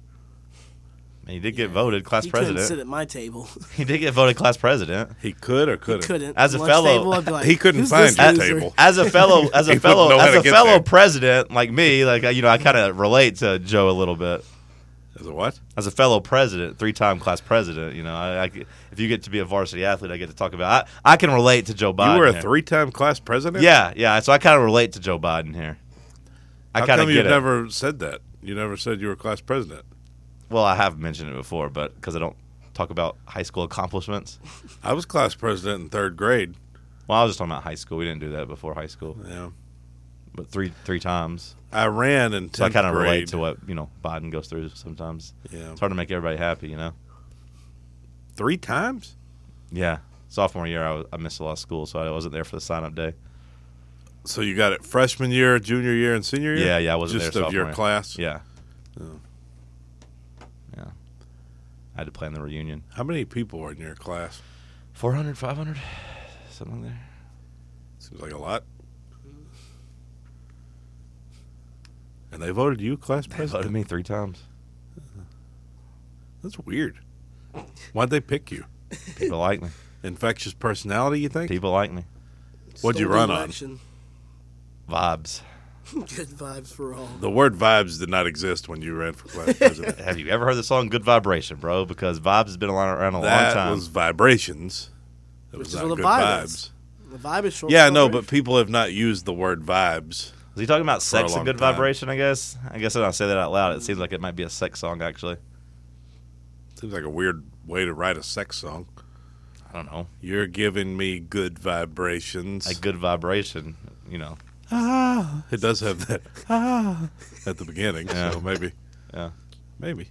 S1: he did get voted class
S3: He couldn't
S1: president.
S3: sit at my table.
S1: He did get voted class president.
S2: He could or couldn't.
S3: couldn't.
S1: As a
S3: Lunch
S1: fellow-
S3: table, I'd be like,
S2: He couldn't
S3: "Who's
S2: find
S3: this
S2: your
S3: loser?"
S2: table.
S1: As a fellow, as
S2: Oh. He
S1: a
S2: wouldn't
S1: fellow,
S2: know how
S1: as
S2: to
S1: a
S2: get
S1: fellow
S2: there.
S1: president like me, like you know, I kind of relate to Joe a little bit.
S2: As a what?
S1: as a fellow president, three-time class president, you know, I, I, if you get to be a varsity athlete, I get to talk about. I, I can relate to Joe Biden.
S2: you were a
S1: here.
S2: three-time class president.
S1: Yeah, yeah. So I kind of relate to Joe Biden here. I
S2: How
S1: kind of
S2: come
S1: get
S2: you've
S1: it.
S2: never said that? You never said you were class president.
S1: Well, I have mentioned it before, but because I don't talk about high school accomplishments.
S2: I was class president in third grade.
S1: Well, I was just talking about high school. We didn't do that before high school,
S2: Yeah.
S1: but three three times.
S2: I ran in tenth
S1: So I kind of
S2: grade.
S1: relate to what you know Biden goes through sometimes.
S2: Yeah.
S1: It's hard to make everybody happy, you know.
S2: Three times?
S1: Yeah, sophomore year I, was, I missed a lot of school, so I wasn't there for the sign up day.
S2: So you got it freshman year, junior year, and senior year.
S1: Yeah, yeah, I wasn't
S2: just
S1: there
S2: of your
S1: sophomore year.
S2: class.
S1: Yeah. Yeah. I had to plan the reunion.
S2: How many people were in your class?
S1: 400, 500, something there.
S2: Seems like a lot. And they voted you class
S1: They
S2: president.
S1: voted me three times.
S2: That's weird. Why'd they pick you?
S1: People like me.
S2: Infectious personality, you think?
S1: People like me.
S2: What'd you
S3: Stole the
S2: run on?
S3: election.
S1: Vibes.
S3: Good vibes for all.
S2: The word vibes did not exist when you ran for class president.
S1: Have you ever heard the song Good Vibration, bro? Because Vibes has been around a long
S2: that
S1: time.
S2: was vibrations. It
S3: Which
S2: was
S3: is
S2: not
S3: what a
S2: good
S3: vibe
S2: vibes.
S3: is. The vibe is short.
S2: Yeah, I
S3: for
S2: know,
S3: it.
S2: but people have not used the word vibes.
S1: was he talking about
S2: For a
S1: sex
S2: long
S1: and good
S2: time.
S1: vibration, I guess? I guess when I say that out loud, it seems like it might be a sex song, actually.
S2: Seems like a weird way to write a sex song.
S1: I don't know.
S2: You're giving me good vibrations.
S1: A good vibration, you know.
S2: ah, it does have that ah at the beginning, so maybe,
S1: Yeah.
S2: maybe.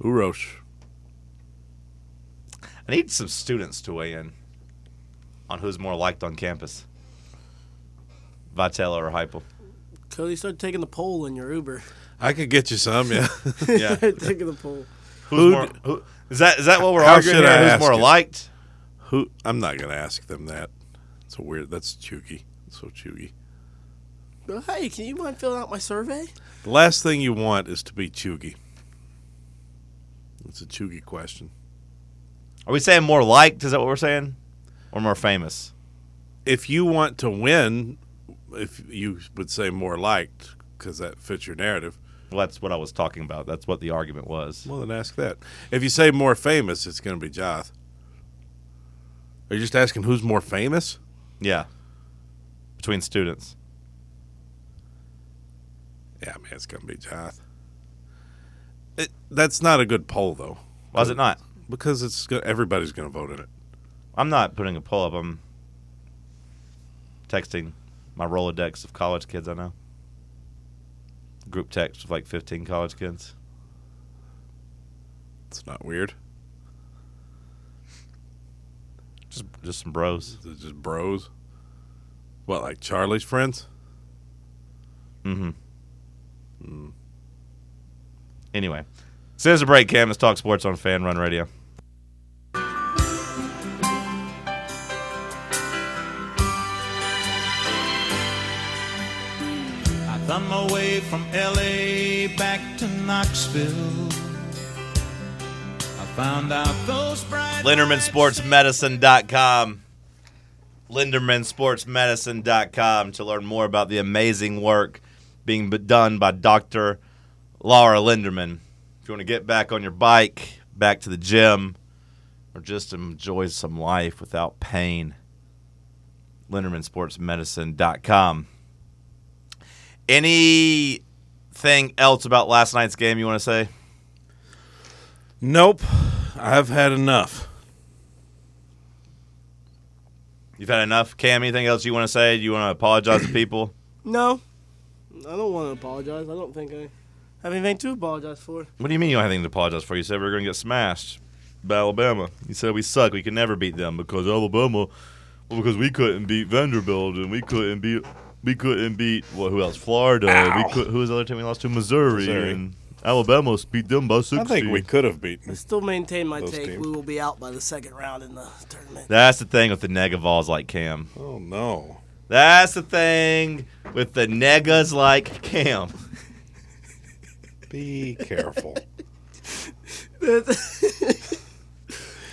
S2: Urosh.
S1: I need some students to weigh in on who's more liked on campus Vitello or Hypo.
S3: Cody started taking the poll in your Uber.
S2: I could get you some, yeah.
S1: Yeah.
S3: taking the poll.
S1: Who's more, who, is that is that what we're
S2: How
S1: arguing
S2: should
S1: here?
S2: I
S1: Who's
S2: ask
S1: more
S2: it?
S1: liked?
S2: Who? I'm not gonna ask them that. It's a weird. That's chuggy. So chuggy.
S3: Oh, hey, can you mind filling out my survey?
S2: The last thing you want is to be chuggy. It's a chuggy question.
S1: Are we saying more liked? Is that what we're saying? Or more famous?
S2: If you want to win, if you would say more liked, because that fits your narrative.
S1: Well, that's what I was talking about. That's what the argument was.
S2: Well, then ask that. If you say more famous, it's going to be Joth. Are you just asking who's more famous?
S1: Yeah. Between students.
S2: Yeah, man, it's going to be Joth. It, that's not a good poll though,
S1: Why is it not?
S2: because it's go- everybody's going to vote in it.
S1: I'm not putting a poll up. I'm texting my Rolodex of college kids I know. Group text with like 15 college kids.
S2: It's not weird.
S1: Just just some bros.
S2: They're just bros. What, like Charlie's friends?
S1: Mm-hmm. Mm. Anyway, since the break, Cam, let's talk sports on Fan Run Radio.
S4: I thumb my way from LA back to Knoxville. I found out those bright
S1: LindermanSportsMedicine.com. LindermanSportsMedicine.com to learn more about the amazing work being b- done by Dr. Laura Linderman. If you want to get back on your bike, back to the gym, or just enjoy some life without pain, LindermanSportsMedicine.com. Anything else about last night's game you want to say?
S2: Nope. I've had enough.
S1: You've had enough, Cam. Anything else you want to say? Do you want to apologize to people?
S3: No, I don't want to apologize. I don't think I have anything to apologize for.
S1: What do you mean you don't have anything to apologize for? You said we were going to get smashed by Alabama. You said we suck. We can never beat them because Alabama, well, because we couldn't beat Vanderbilt and we couldn't beat we couldn't beat well, who else? Florida. We could, who was the other team we lost to? Missouri,
S2: Missouri.
S1: and Alabama beat them by sixty.
S2: I think we could have beaten.
S3: Still maintain my
S2: Those
S3: take.
S2: teams.
S3: We will be out by the second round in the tournament.
S1: That's the thing with the Negavols like Cam.
S2: Oh, no.
S1: That's the thing with the Negas like Cam.
S2: Be careful.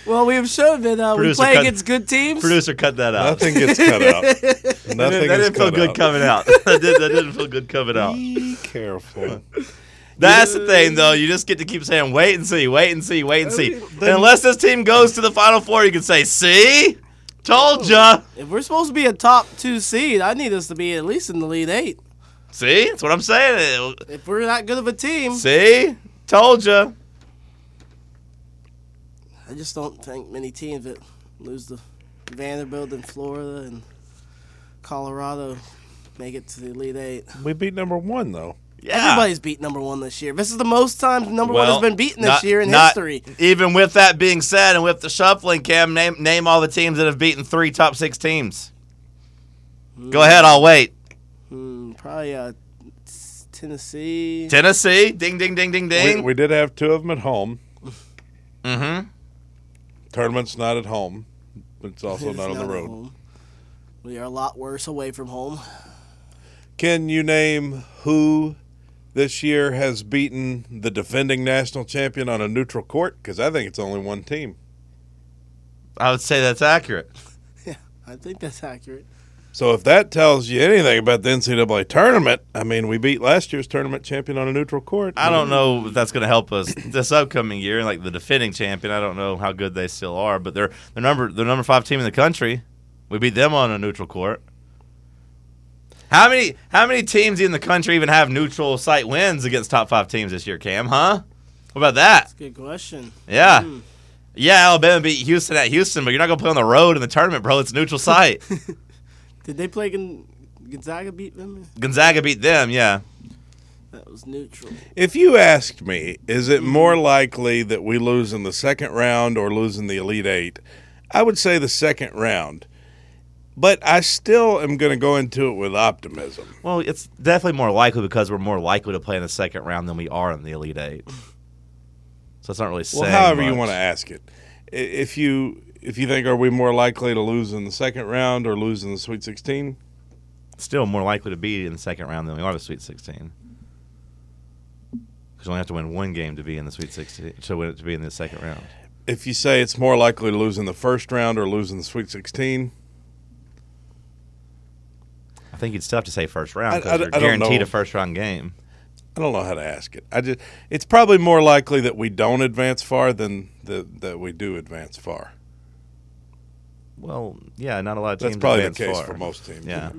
S3: well, we have shown that uh, we
S1: Producer
S3: play
S1: cut-
S3: against good teams.
S1: Producer, cut that out.
S2: Nothing gets cut out. Nothing
S1: that
S2: gets
S1: didn't feel
S2: cut
S1: good
S2: out.
S1: coming out. that, did, that didn't feel good coming out.
S2: Be careful.
S1: That's the thing, though. You just get to keep saying, "Wait and see, wait and see, wait and see."
S2: mean,
S1: And
S2: then-
S1: unless this team goes to the Final Four, you can say, "See,
S3: Oh.
S1: told ya."
S3: If we're supposed to be a top two seed, I need us to be at least in the lead eight.
S1: See, that's what I'm saying.
S3: If we're that good of a team,
S1: See, told ya.
S3: I just don't think many teams that lose the Vanderbilt and Florida and Colorado make it to the Elite Eight.
S2: We beat number one though.
S1: Yeah.
S3: Everybody's beat number one this year. This is the most times number
S1: Well,
S3: one has been beaten this
S1: not-
S3: year in
S1: not-
S3: history.
S1: Even with that being said, and with the shuffling, Cam, name name all the teams that have beaten three top six teams. Go ahead, I'll wait.
S3: Hmm, probably uh, t- Tennessee.
S1: Tennessee, ding, ding, ding, ding,
S2: We,
S1: ding.
S2: we did have two of them at home.
S1: mm-hmm.
S2: Tournament's not at home. It's also
S3: It's
S2: not on the
S3: at
S2: road.
S3: home. We are a lot worse away from home.
S2: Can you name who this year has beaten the defending national champion on a neutral court? Because I think it's only one team.
S1: I would say that's accurate.
S3: Yeah, I think that's accurate.
S2: So if that tells you anything about the NCAA tournament, I mean, we beat last year's tournament champion on a neutral court.
S1: I don't know if that's going to help us this upcoming year. Like the defending champion, I don't know how good they still are, but they're the number the number five team in the country. We beat them on a neutral court. How many how many teams in the country even have neutral site wins against top five teams this year, Cam? Huh? What about that?
S3: Good question.
S1: Yeah.
S3: Hmm.
S1: Yeah, Alabama beat Houston at Houston, but you're not going to play on the road in the tournament, bro. It's neutral site.
S3: Did they play Gon- Gonzaga beat them?
S1: Gonzaga beat them, yeah.
S3: That was neutral.
S2: If you asked me, is it more likely that we lose in the second round or lose in the Elite Eight? I would say the second round. But I still am going to go into it with optimism.
S1: Well, it's definitely more likely because we're more likely to play in the second round than we are in the Elite Eight. So it's not really saying.
S2: Well, however you
S1: much.
S2: want to ask it. I- If you if you think are we more likely to lose in the second round or lose in the Sweet 16?
S1: Still more likely to be in the second round than we are the Sweet 16. Because you only have to win one game to be in the Sweet 16, to, win, to be in the second round.
S2: If you say it's more likely to lose in the first round or lose in the Sweet 16,
S1: I think it's tough to say first round
S2: I- I
S1: because
S2: d-
S1: you're
S2: I don't
S1: guaranteed
S2: know.
S1: a first round game.
S2: I don't know how to ask it. I just it's probably more likely that we don't advance far than the, that we do advance far.
S1: Well, yeah, not a lot of teams
S2: That's probably the
S1: advance
S2: case
S1: far.
S2: for most teams.
S1: Yeah.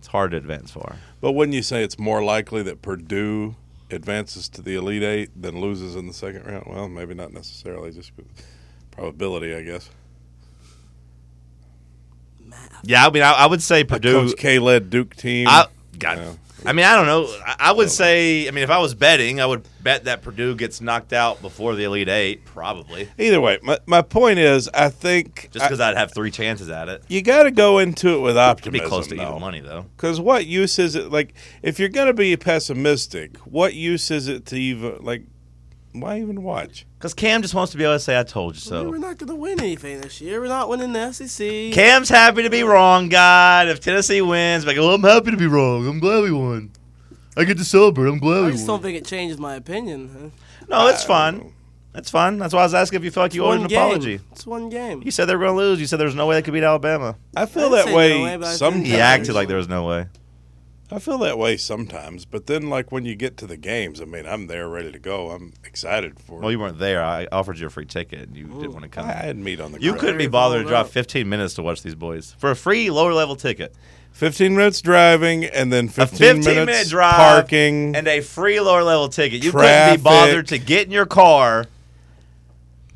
S1: It's hard to advance far.
S2: But wouldn't you say it's more likely that Purdue advances to the Elite Eight than loses in the second round? Well, maybe not necessarily, just probability, I guess.
S1: Yeah, I mean, I, I would say Purdue.
S2: Coach K led Duke team.
S1: I God.
S2: Yeah.
S1: I mean, I don't know. I, I would say, I mean, if I was betting, I would bet that Purdue gets knocked out before the Elite Eight, probably,
S2: Either way, my, my point is, I think
S1: just because I'd have three chances at it.
S2: I- you got to go into it with
S1: It'd be
S2: optimism.
S1: close to even money, though.
S2: Because what use is it? Like, if you're going to be pessimistic, what use is it to even like? Why even watch?
S1: Because Cam just wants to be able to say, I told you
S3: I mean, we're
S1: so.
S3: not going to win anything this year. We're not winning the E SEC.
S1: Cam's happy to be wrong, God. If Tennessee wins, like, well, I'm happy to be wrong. I'm glad we won. I get to celebrate. I'm glad
S3: I
S1: we
S3: just
S1: won.
S3: don't think it changes my opinion. huh?
S1: No, it's
S2: I don't
S1: fun. It's fun. That's why I was asking if you felt like you owed
S3: One
S1: an
S3: game.
S1: apology.
S3: It's one game.
S1: You said they were going to lose. You said there was no way they could beat Alabama.
S2: I feel
S3: didn't
S2: that
S3: say
S2: way
S3: no way, but I think
S2: sometimes.
S1: He
S3: Yeah.
S1: acted like there was no way.
S2: I feel that way sometimes, but then like when you get to the games, I mean, I'm there ready to go. I'm excited for.
S1: Well, you weren't there. I offered you a free ticket, and you didn't want to
S2: I
S1: come.
S2: I had meat on the.
S1: You
S2: grill.
S1: couldn't be
S3: Very
S1: bothered to
S3: balled
S1: drive
S3: up.
S1: 15 minutes to watch these boys for a free lower level ticket.
S2: 15 minutes driving and then 15,
S1: A 15
S2: minutes
S1: minute drive,
S2: parking
S1: and a free lower level ticket. You couldn't
S2: Traffic.
S1: be bothered to get in your car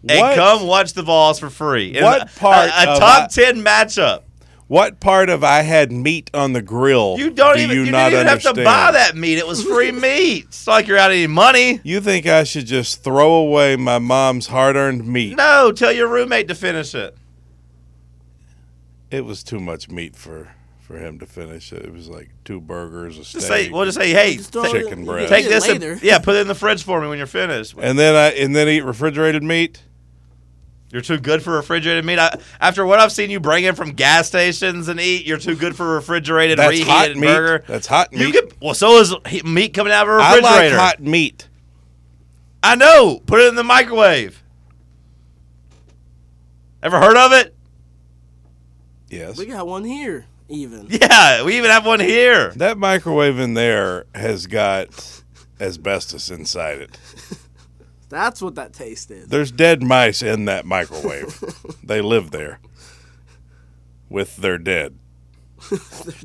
S1: and
S2: What-
S1: come watch the Vols for free. It
S2: What
S1: was a-
S2: part
S1: A, a
S2: of
S1: top
S2: I-
S1: 10 matchup.
S2: What part of I had meat on the grill?
S1: You don't
S2: do
S1: even.
S2: You,
S1: You,
S2: not
S1: didn't even have to
S2: understand?
S1: buy that meat. It was free meat. It's not like you're out of any money.
S2: You think I should just throw away my mom's hard-earned meat?
S1: No, tell your roommate to finish it.
S2: It was too much meat for for him to finish. It was like two burgers, a steak,
S1: Just say, we'll just say, hey,
S3: Just
S1: ta-
S3: throw it
S2: Chicken
S3: in- you
S2: breast.
S3: can eat
S1: take
S3: it
S1: this.
S3: later.
S1: And, yeah, put it in the fridge for me when you're finished.
S2: and then I and then eat refrigerated meat.
S1: You're too good for refrigerated meat. I, after what I've seen you bring in from gas stations and eat, you're too good for refrigerated
S2: That's
S1: reheated
S2: hot meat.
S1: burger.
S2: That's hot
S1: you
S2: meat.
S1: could, well, so is he- meat coming out of a
S2: I like
S1: refrigerator.
S2: hot meat.
S1: I know. Put it in the microwave. Ever heard of it?
S2: Yes.
S3: We got one here, even.
S1: Yeah, we even have one here.
S2: That microwave in there has got asbestos inside it.
S3: That's what that taste is.
S2: There's dead mice in that microwave. they live there with their dead.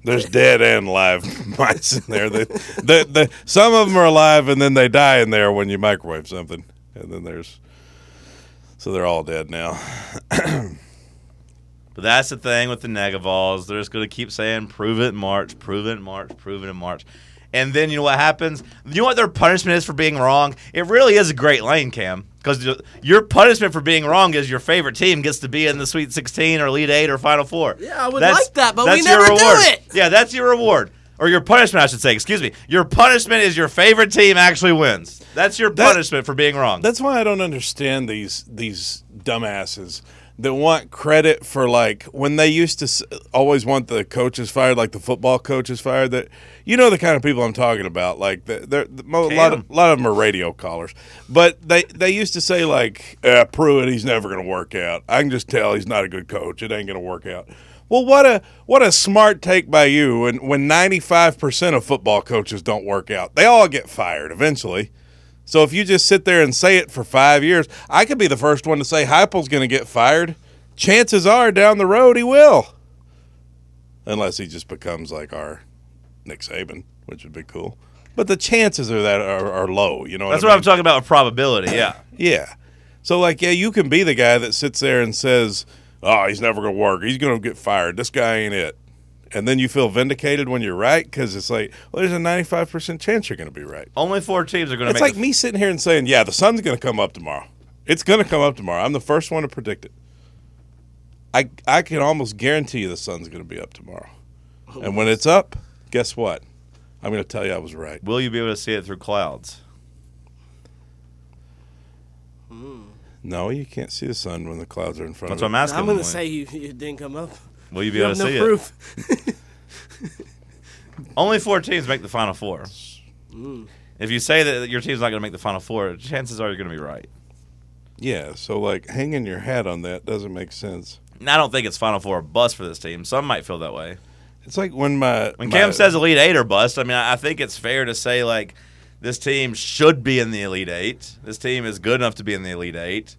S2: There's dead and live mice in there. They, they, they, some of them are alive and then they die in there when you microwave something. And then there's. So they're all dead now.
S1: But that's the thing with the Negavols. They're just going to keep saying, prove it in March, prove it in March, prove it in March. And then you know what happens? You know what their punishment is for being wrong? It really is a great lane, Cam. Because your punishment for being wrong is your favorite team gets to be in the Sweet 16 or Elite 8 or Final Four.
S3: Yeah, I would like that, but we
S1: that's your
S3: never do
S1: reward.
S3: it.
S1: Yeah, that's your reward. Or your punishment, I should say. Excuse me. Your punishment is your favorite team actually wins. That's your
S2: That-
S1: punishment for being wrong.
S2: That's why I don't understand these these dumbasses that want credit for like when they used to s- always want the coaches fired, like the football coaches fired. That you know the kind of people I'm talking about. Like they're, they're the mo- a lot of a lot of them are radio callers, but they they used to say like uh, Pruitt, he's never going to work out. I can just tell he's not a good coach. It ain't going to work out. Well, what a what a smart take by you. And when 95% of football coaches don't work out, they all get fired eventually. So if you just sit there and say it for five years, I could be the first one to say Heupel's going to get fired. Chances are, down the road, he will, unless he just becomes like our Nick Saban, which would be cool. But the chances are that are, are low. You know,
S1: That's
S2: what,
S1: what
S2: I
S1: I'm
S2: mean?
S1: talking about with probability. Yeah.
S2: Yeah. So like, yeah, you can be the guy that sits there and says, "Oh, he's never gonna work. He's gonna get fired. This guy ain't it." And then you feel vindicated when you're right because it's like, well, there's a 95% chance you're gonna be right.
S1: Only four teams are going to
S2: It's
S1: make
S2: like
S1: the
S2: me sitting here and saying, "Yeah, the sun's gonna come up tomorrow. It's gonna come up tomorrow. I'm the first one to predict it. I I can almost guarantee you the sun's gonna be up tomorrow. And when it's up, guess what? I'm gonna tell you I was right.
S1: Will you be able to see it through clouds?
S2: No, you can't see the sun when the clouds are in front
S1: That's what
S2: of
S1: I'm
S2: you.
S1: asking.
S3: Mm. I'm gonna
S1: Lane.
S3: say you, you didn't come up.
S1: will you be
S3: You
S1: able
S3: have
S1: to
S3: no
S1: see it?
S3: proof.
S1: Only four teams make the final four.
S3: Mm.
S1: If you say that your team's not going to make the final four, chances are you're going to be right.
S2: Yeah, so like hanging your hat on that doesn't make sense.
S1: And I don't think it's final four or bust for this team. Some might feel that way.
S2: It's like when my
S1: When
S2: my-
S1: Cam says elite eight or bust, I mean, I I think it's fair to say like this team should be in the elite eight. This team is good enough to be in the elite eight.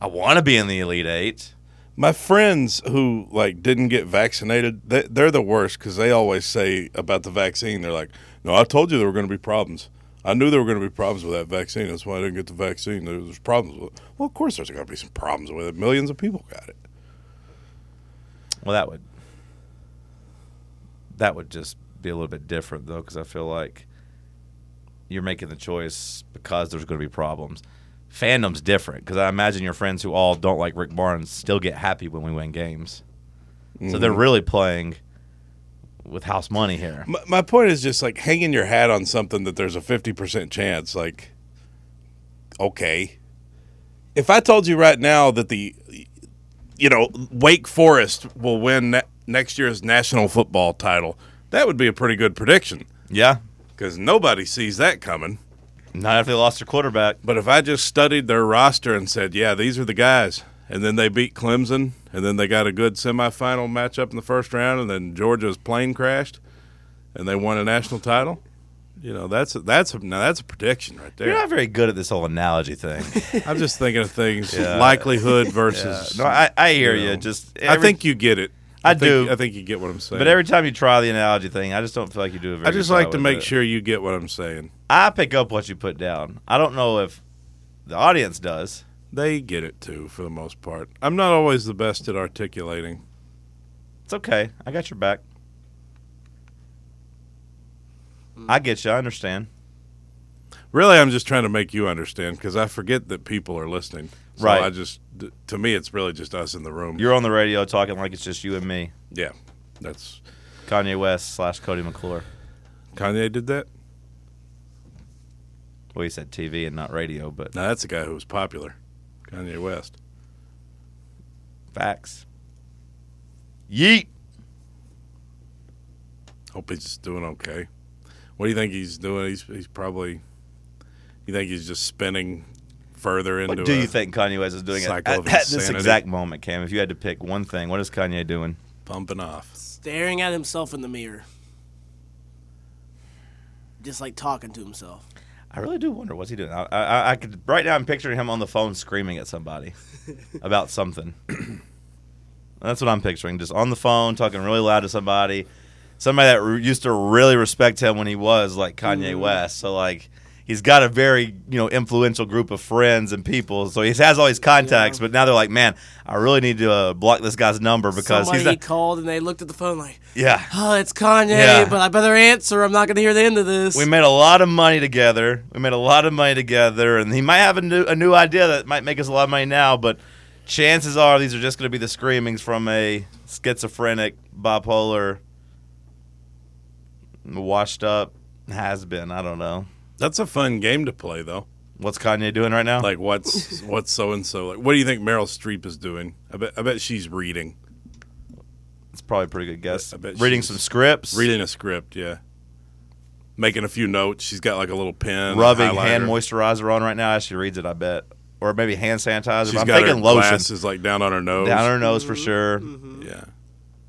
S1: I want to be in the elite eight.
S2: My friends who like didn't get vaccinated, they, they're the worst because they always say about the vaccine, they're like, "No, I told you there were going to be problems. I knew there were going to be problems with that vaccine. That's why I didn't get the vaccine. There was problems with it. Well, of course, there's going to be some problems with it. Millions of people got it.
S1: Well, that would that would just be a little bit different though, because I feel like you're making the choice because there's going to be problems. Fandom's different because I imagine your friends who all don't like Rick Barnes still get happy when we win games, so they're
S2: Mm-hmm.
S1: really playing with house money here.
S2: My, my point is just like hanging your hat on something that there's a 50% chance. Like, okay. If I told you right now that the, you know, Wake Forest will win ne- next year's national football title, that would be a pretty good prediction
S1: Yeah,
S2: because nobody sees that coming.
S1: not after they lost their quarterback.
S2: But if I just studied their roster and said, yeah, these are the guys, and then they beat Clemson, and then they got a good semifinal matchup in the first round, and then Georgia's plane crashed, and they won a national title. You know that's that's now that's a prediction right
S1: You're
S2: there.
S1: not very good at this whole analogy thing.
S2: I'm just thinking of things likelihood versus.
S1: no, I, I hear
S2: you
S1: you.
S2: know,
S1: Just
S2: I
S1: every-
S2: think you get it.
S1: I
S2: think-
S1: do.
S2: I think you get what I'm saying.
S1: but every time you try the analogy thing, I just don't feel like you do a very.
S2: I
S1: good
S2: just
S1: job
S2: like to
S1: with
S2: make
S1: it.
S2: sure you get what I'm saying.
S1: I pick up what you put down. I don't know if the audience does.
S2: They get it too, for the most part. I'm not always the best at articulating.
S1: It's okay. I got your back. I get you. I understand.
S2: Really, I'm just trying to make you understand because I forget that people are listening. So
S1: Right.
S2: I just, d- to me, it's really just us in the room.
S1: You're on the radio talking like it's just you and me.
S2: yeah, that's
S1: Kanye West slash Cody McClure.
S2: Kanye did that.
S1: Well, he said TV and not radio, but
S2: Now that's the guy who was popular, Kanye West.
S1: facts. Yeet.
S2: Hope he's doing okay. What do you think he's doing? He's he's probably. You think he's just spinning further into?
S1: What do
S2: a-
S1: you think Kanye West is doing at,
S2: cycle of
S1: at, at this
S2: insanity.
S1: exact moment, Cam? If you had to pick one thing, what is Kanye doing?
S2: Pumping off.
S3: Staring at himself in the mirror. Just like talking to himself.
S1: I really do wonder what's he doing. I, I, I could right now. I'm picturing him on the phone screaming at somebody about something. That's what I'm picturing. Just on the phone, talking really loud to somebody, somebody that re- used to really respect him when he was like Kanye West. So like, he's got a very you know influential group of friends and people. So he has all these contacts, but now they're like, man, I really need to uh, block this guy's number because
S3: Somebody
S1: he's not.
S3: called and they looked at the phone like,
S1: yeah.
S3: oh, it's Kanye,
S1: Yeah.
S3: but I better answer. I'm not going to hear the end of this.
S1: We made a lot of money together. We made a lot of money together, and he might have a new a new idea that might make us a lot of money now. But chances are these are just going to be the screamings from a schizophrenic, bipolar, washed up has been. I don't know
S2: That's a fun game to play, though.
S1: what's Kanye doing right now.
S2: Like, what's what's so and so? Like, what do you think Meryl Streep is doing? I bet I bet she's reading,
S1: it's probably a pretty good guess.
S2: I bet
S1: Reading
S2: she's-
S1: some scripts,
S2: reading a script. Yeah, making a few notes. She's got like a little pen,
S1: rubbing
S2: highlighter.
S1: hand moisturizer on right now as she reads it. I bet, or maybe hand sanitizer.
S2: She's
S1: I'm
S2: got
S1: thinking
S2: her
S1: lotion
S2: glasses like down on her nose.
S1: down her nose for sure.
S2: yeah,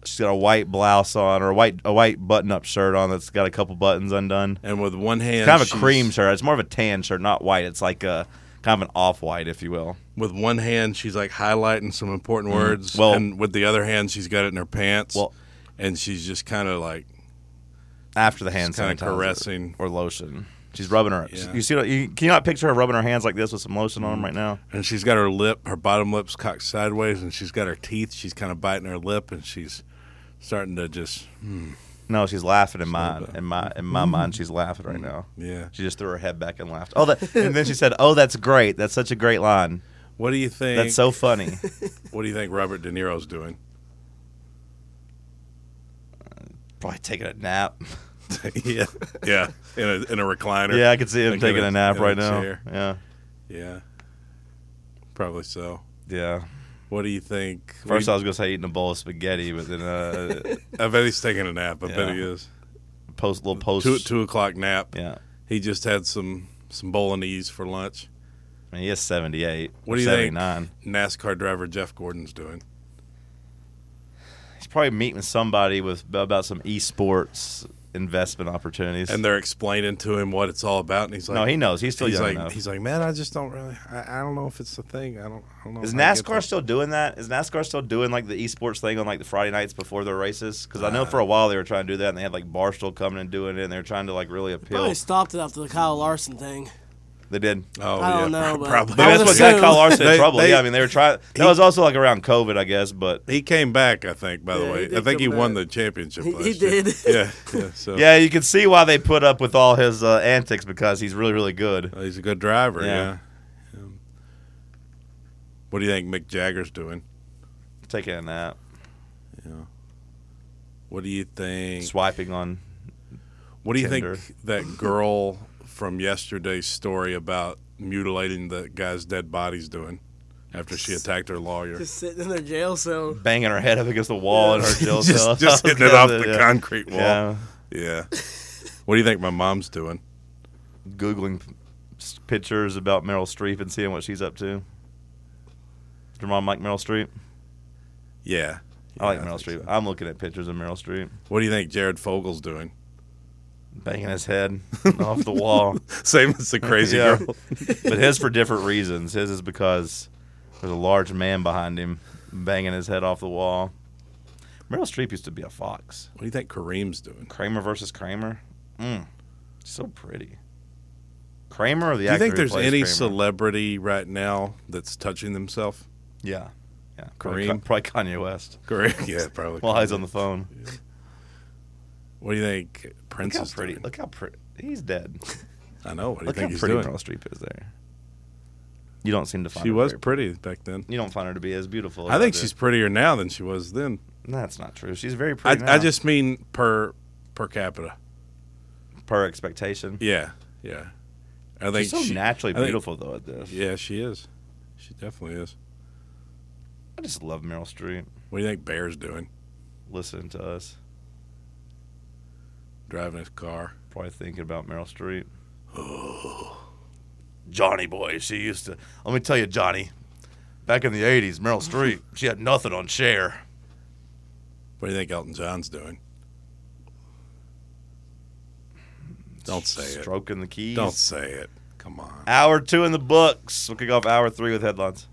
S1: she's got a white blouse on or a white a white button up shirt on that's got a couple buttons undone.
S2: and with one hand,
S1: kind of a
S2: she's-
S1: cream shirt. It's more of a tan shirt, not white. It's like a kind of an off white, if you will.
S2: With one hand, she's like highlighting some important words.
S1: Mm-hmm. Well-
S2: and with the other hand, she's got it in her pants.
S1: Well-
S2: and she's just kind of like
S1: After the hand
S2: Just kinda
S1: sanitizer,
S2: caressing.
S1: or lotion. She's rubbing her.
S2: Yeah. Mm.
S1: You see, what- you, can you not picture her rubbing her hands like this with some lotion on them right now?
S2: and she's got her lip, her bottom lip's cocked sideways, and she's got her teeth. She's kind of biting her lip, and she's starting to just
S1: No, she's laughing in mine. In my in my mind, she's laughing right now.
S2: Mm-hmm. Mm. yeah.
S1: She just threw her head back and laughed. Oh, that, and then she said, "Oh, that's great. That's such a great line.
S2: What do you think?
S1: That's so funny."
S2: What do you think Robert De Niro's doing?
S1: Probably taking a nap.
S2: yeah, yeah, in a in a recliner.
S1: Yeah, I could see him
S2: Like in
S1: taking
S2: a-
S1: a nap
S2: in a
S1: right now.
S2: chair.
S1: Yeah,
S2: yeah, probably so.
S1: yeah.
S2: What do you think? what
S1: First,
S2: do
S1: I
S2: you,
S1: was gonna say eating a bowl of spaghetti, but then uh,
S2: I bet he's taking a nap. I bet
S1: Yeah.
S2: he is.
S1: post little post.
S2: Two two o'clock nap.
S1: Yeah,
S2: He just had some some bolognese for lunch.
S1: I mean, he is seventy eight.
S2: What do you think?
S1: 79.
S2: NASCAR driver Jeff Gordon's doing.
S1: He's probably meeting somebody with about some esports investment opportunities.
S2: And they're explaining to him what it's all about, and he's like,
S1: no, he knows. He's still
S2: he's
S1: young
S2: like,
S1: enough.
S2: he's like, man, I just don't really, I, I don't know if it's the thing. I don't, I don't know.
S1: Is
S2: if I get
S1: NASCAR
S2: that."
S1: still doing that? Is NASCAR still doing like the esports thing on like the Friday nights before their races? Because I
S2: Uh,
S1: know for a while they were trying to do that, and they had like Barstool coming and doing it, and they were trying to like really appeal.
S3: Probably stopped it after the Kyle Larson thing.
S1: They did.
S2: Oh,
S3: I don't
S2: yeah,
S3: know,
S2: prob-
S3: but-
S2: probably.
S3: I
S1: Maybe that's
S3: would
S1: what
S3: assume-
S1: got Kyle Larson in
S2: They-
S1: trouble.
S2: they-
S1: yeah, I mean they were trying. That was also like around COVID, I guess. But
S2: He came back, I think. By the
S3: Yeah, he
S2: way, I
S3: did
S2: think he
S3: come
S2: won
S3: back.
S2: the championship.
S3: He- he
S2: last year.
S3: did.
S2: yeah, yeah. So
S1: Yeah, you can see why they put up with all his uh, antics because he's really, really good.
S2: Oh, he's a good driver. Yeah.
S1: Yeah.
S2: Um, what do you think Mick Jagger's doing?
S1: Taking a nap,
S2: Yeah. What do you think?
S1: swiping on.
S2: What do you
S1: Tinder.
S2: think that girl from yesterday's story about mutilating the guy's dead body's doing after she attacked her lawyer?
S3: Just sitting in their jail cell.
S1: Banging her head up against the wall in her jail cell.
S2: just just hitting it off the concrete wall.
S1: Yeah,
S2: Yeah. what do you think my mom's doing?
S1: googling s- pictures about Meryl Streep and seeing what she's up to. Is Your mom like Meryl Streep?
S2: Yeah.
S1: I like
S2: Yeah,
S1: Meryl
S2: think
S1: Streep.
S2: so.
S1: I'm looking at pictures of Meryl Streep
S2: What do you think Jared Fogel's doing?
S1: banging his head off the wall.
S2: Same as the crazy
S1: Yeah.
S2: girl.
S1: But his for different reasons. His is because there's a large man behind him banging his head off the wall. Meryl Streep used to be a fox.
S2: What do you think Kareem's doing?
S1: Kramer versus Kramer. Mm. So pretty. Kramer or the
S2: Do you
S1: actor
S2: think
S1: who
S2: there's
S1: plays
S2: any
S1: Kramer?
S2: celebrity right now that's touching themselves?
S1: Yeah. Yeah.
S2: Kareem?
S1: Kareem. Probably Kanye West.
S2: Correct. Yeah, probably.
S1: While he's on the phone.
S2: What do you think Prince
S1: Look how
S2: is
S1: pretty.
S2: doing?
S1: Look how pretty. He's dead.
S2: I know. What do you
S1: Look how
S2: think
S1: pretty
S2: he's doing?
S1: Meryl Streep is there. You don't seem to find
S2: She
S1: her
S2: was
S1: very-
S2: pretty back then.
S1: You don't find her to be as beautiful.
S2: I
S1: as
S2: think
S1: do.
S2: she's prettier now than she was then.
S1: No, That's not true. She's very
S2: I,
S1: pretty.
S2: I
S1: now.
S2: just mean per per capita.
S1: per expectation.
S2: Yeah, yeah. I think
S1: She's so
S2: she-
S1: naturally
S2: I think-
S1: beautiful though. At this,
S2: yeah, she is. She definitely is.
S1: I just love Meryl Streep.
S2: What do you think Bear's doing?
S1: Listening to us,
S2: Driving his car.
S1: probably thinking about Meryl Streep. Johnny boy, she used to. Let me tell you, Johnny. Back in the '80s, Meryl Streep, she had nothing on share.
S2: What do you think Elton John's doing? Don't say it.
S1: Stroking the keys.
S2: Don't say it. Come on.
S1: Hour two in the books. We'll kick off hour three with headlines.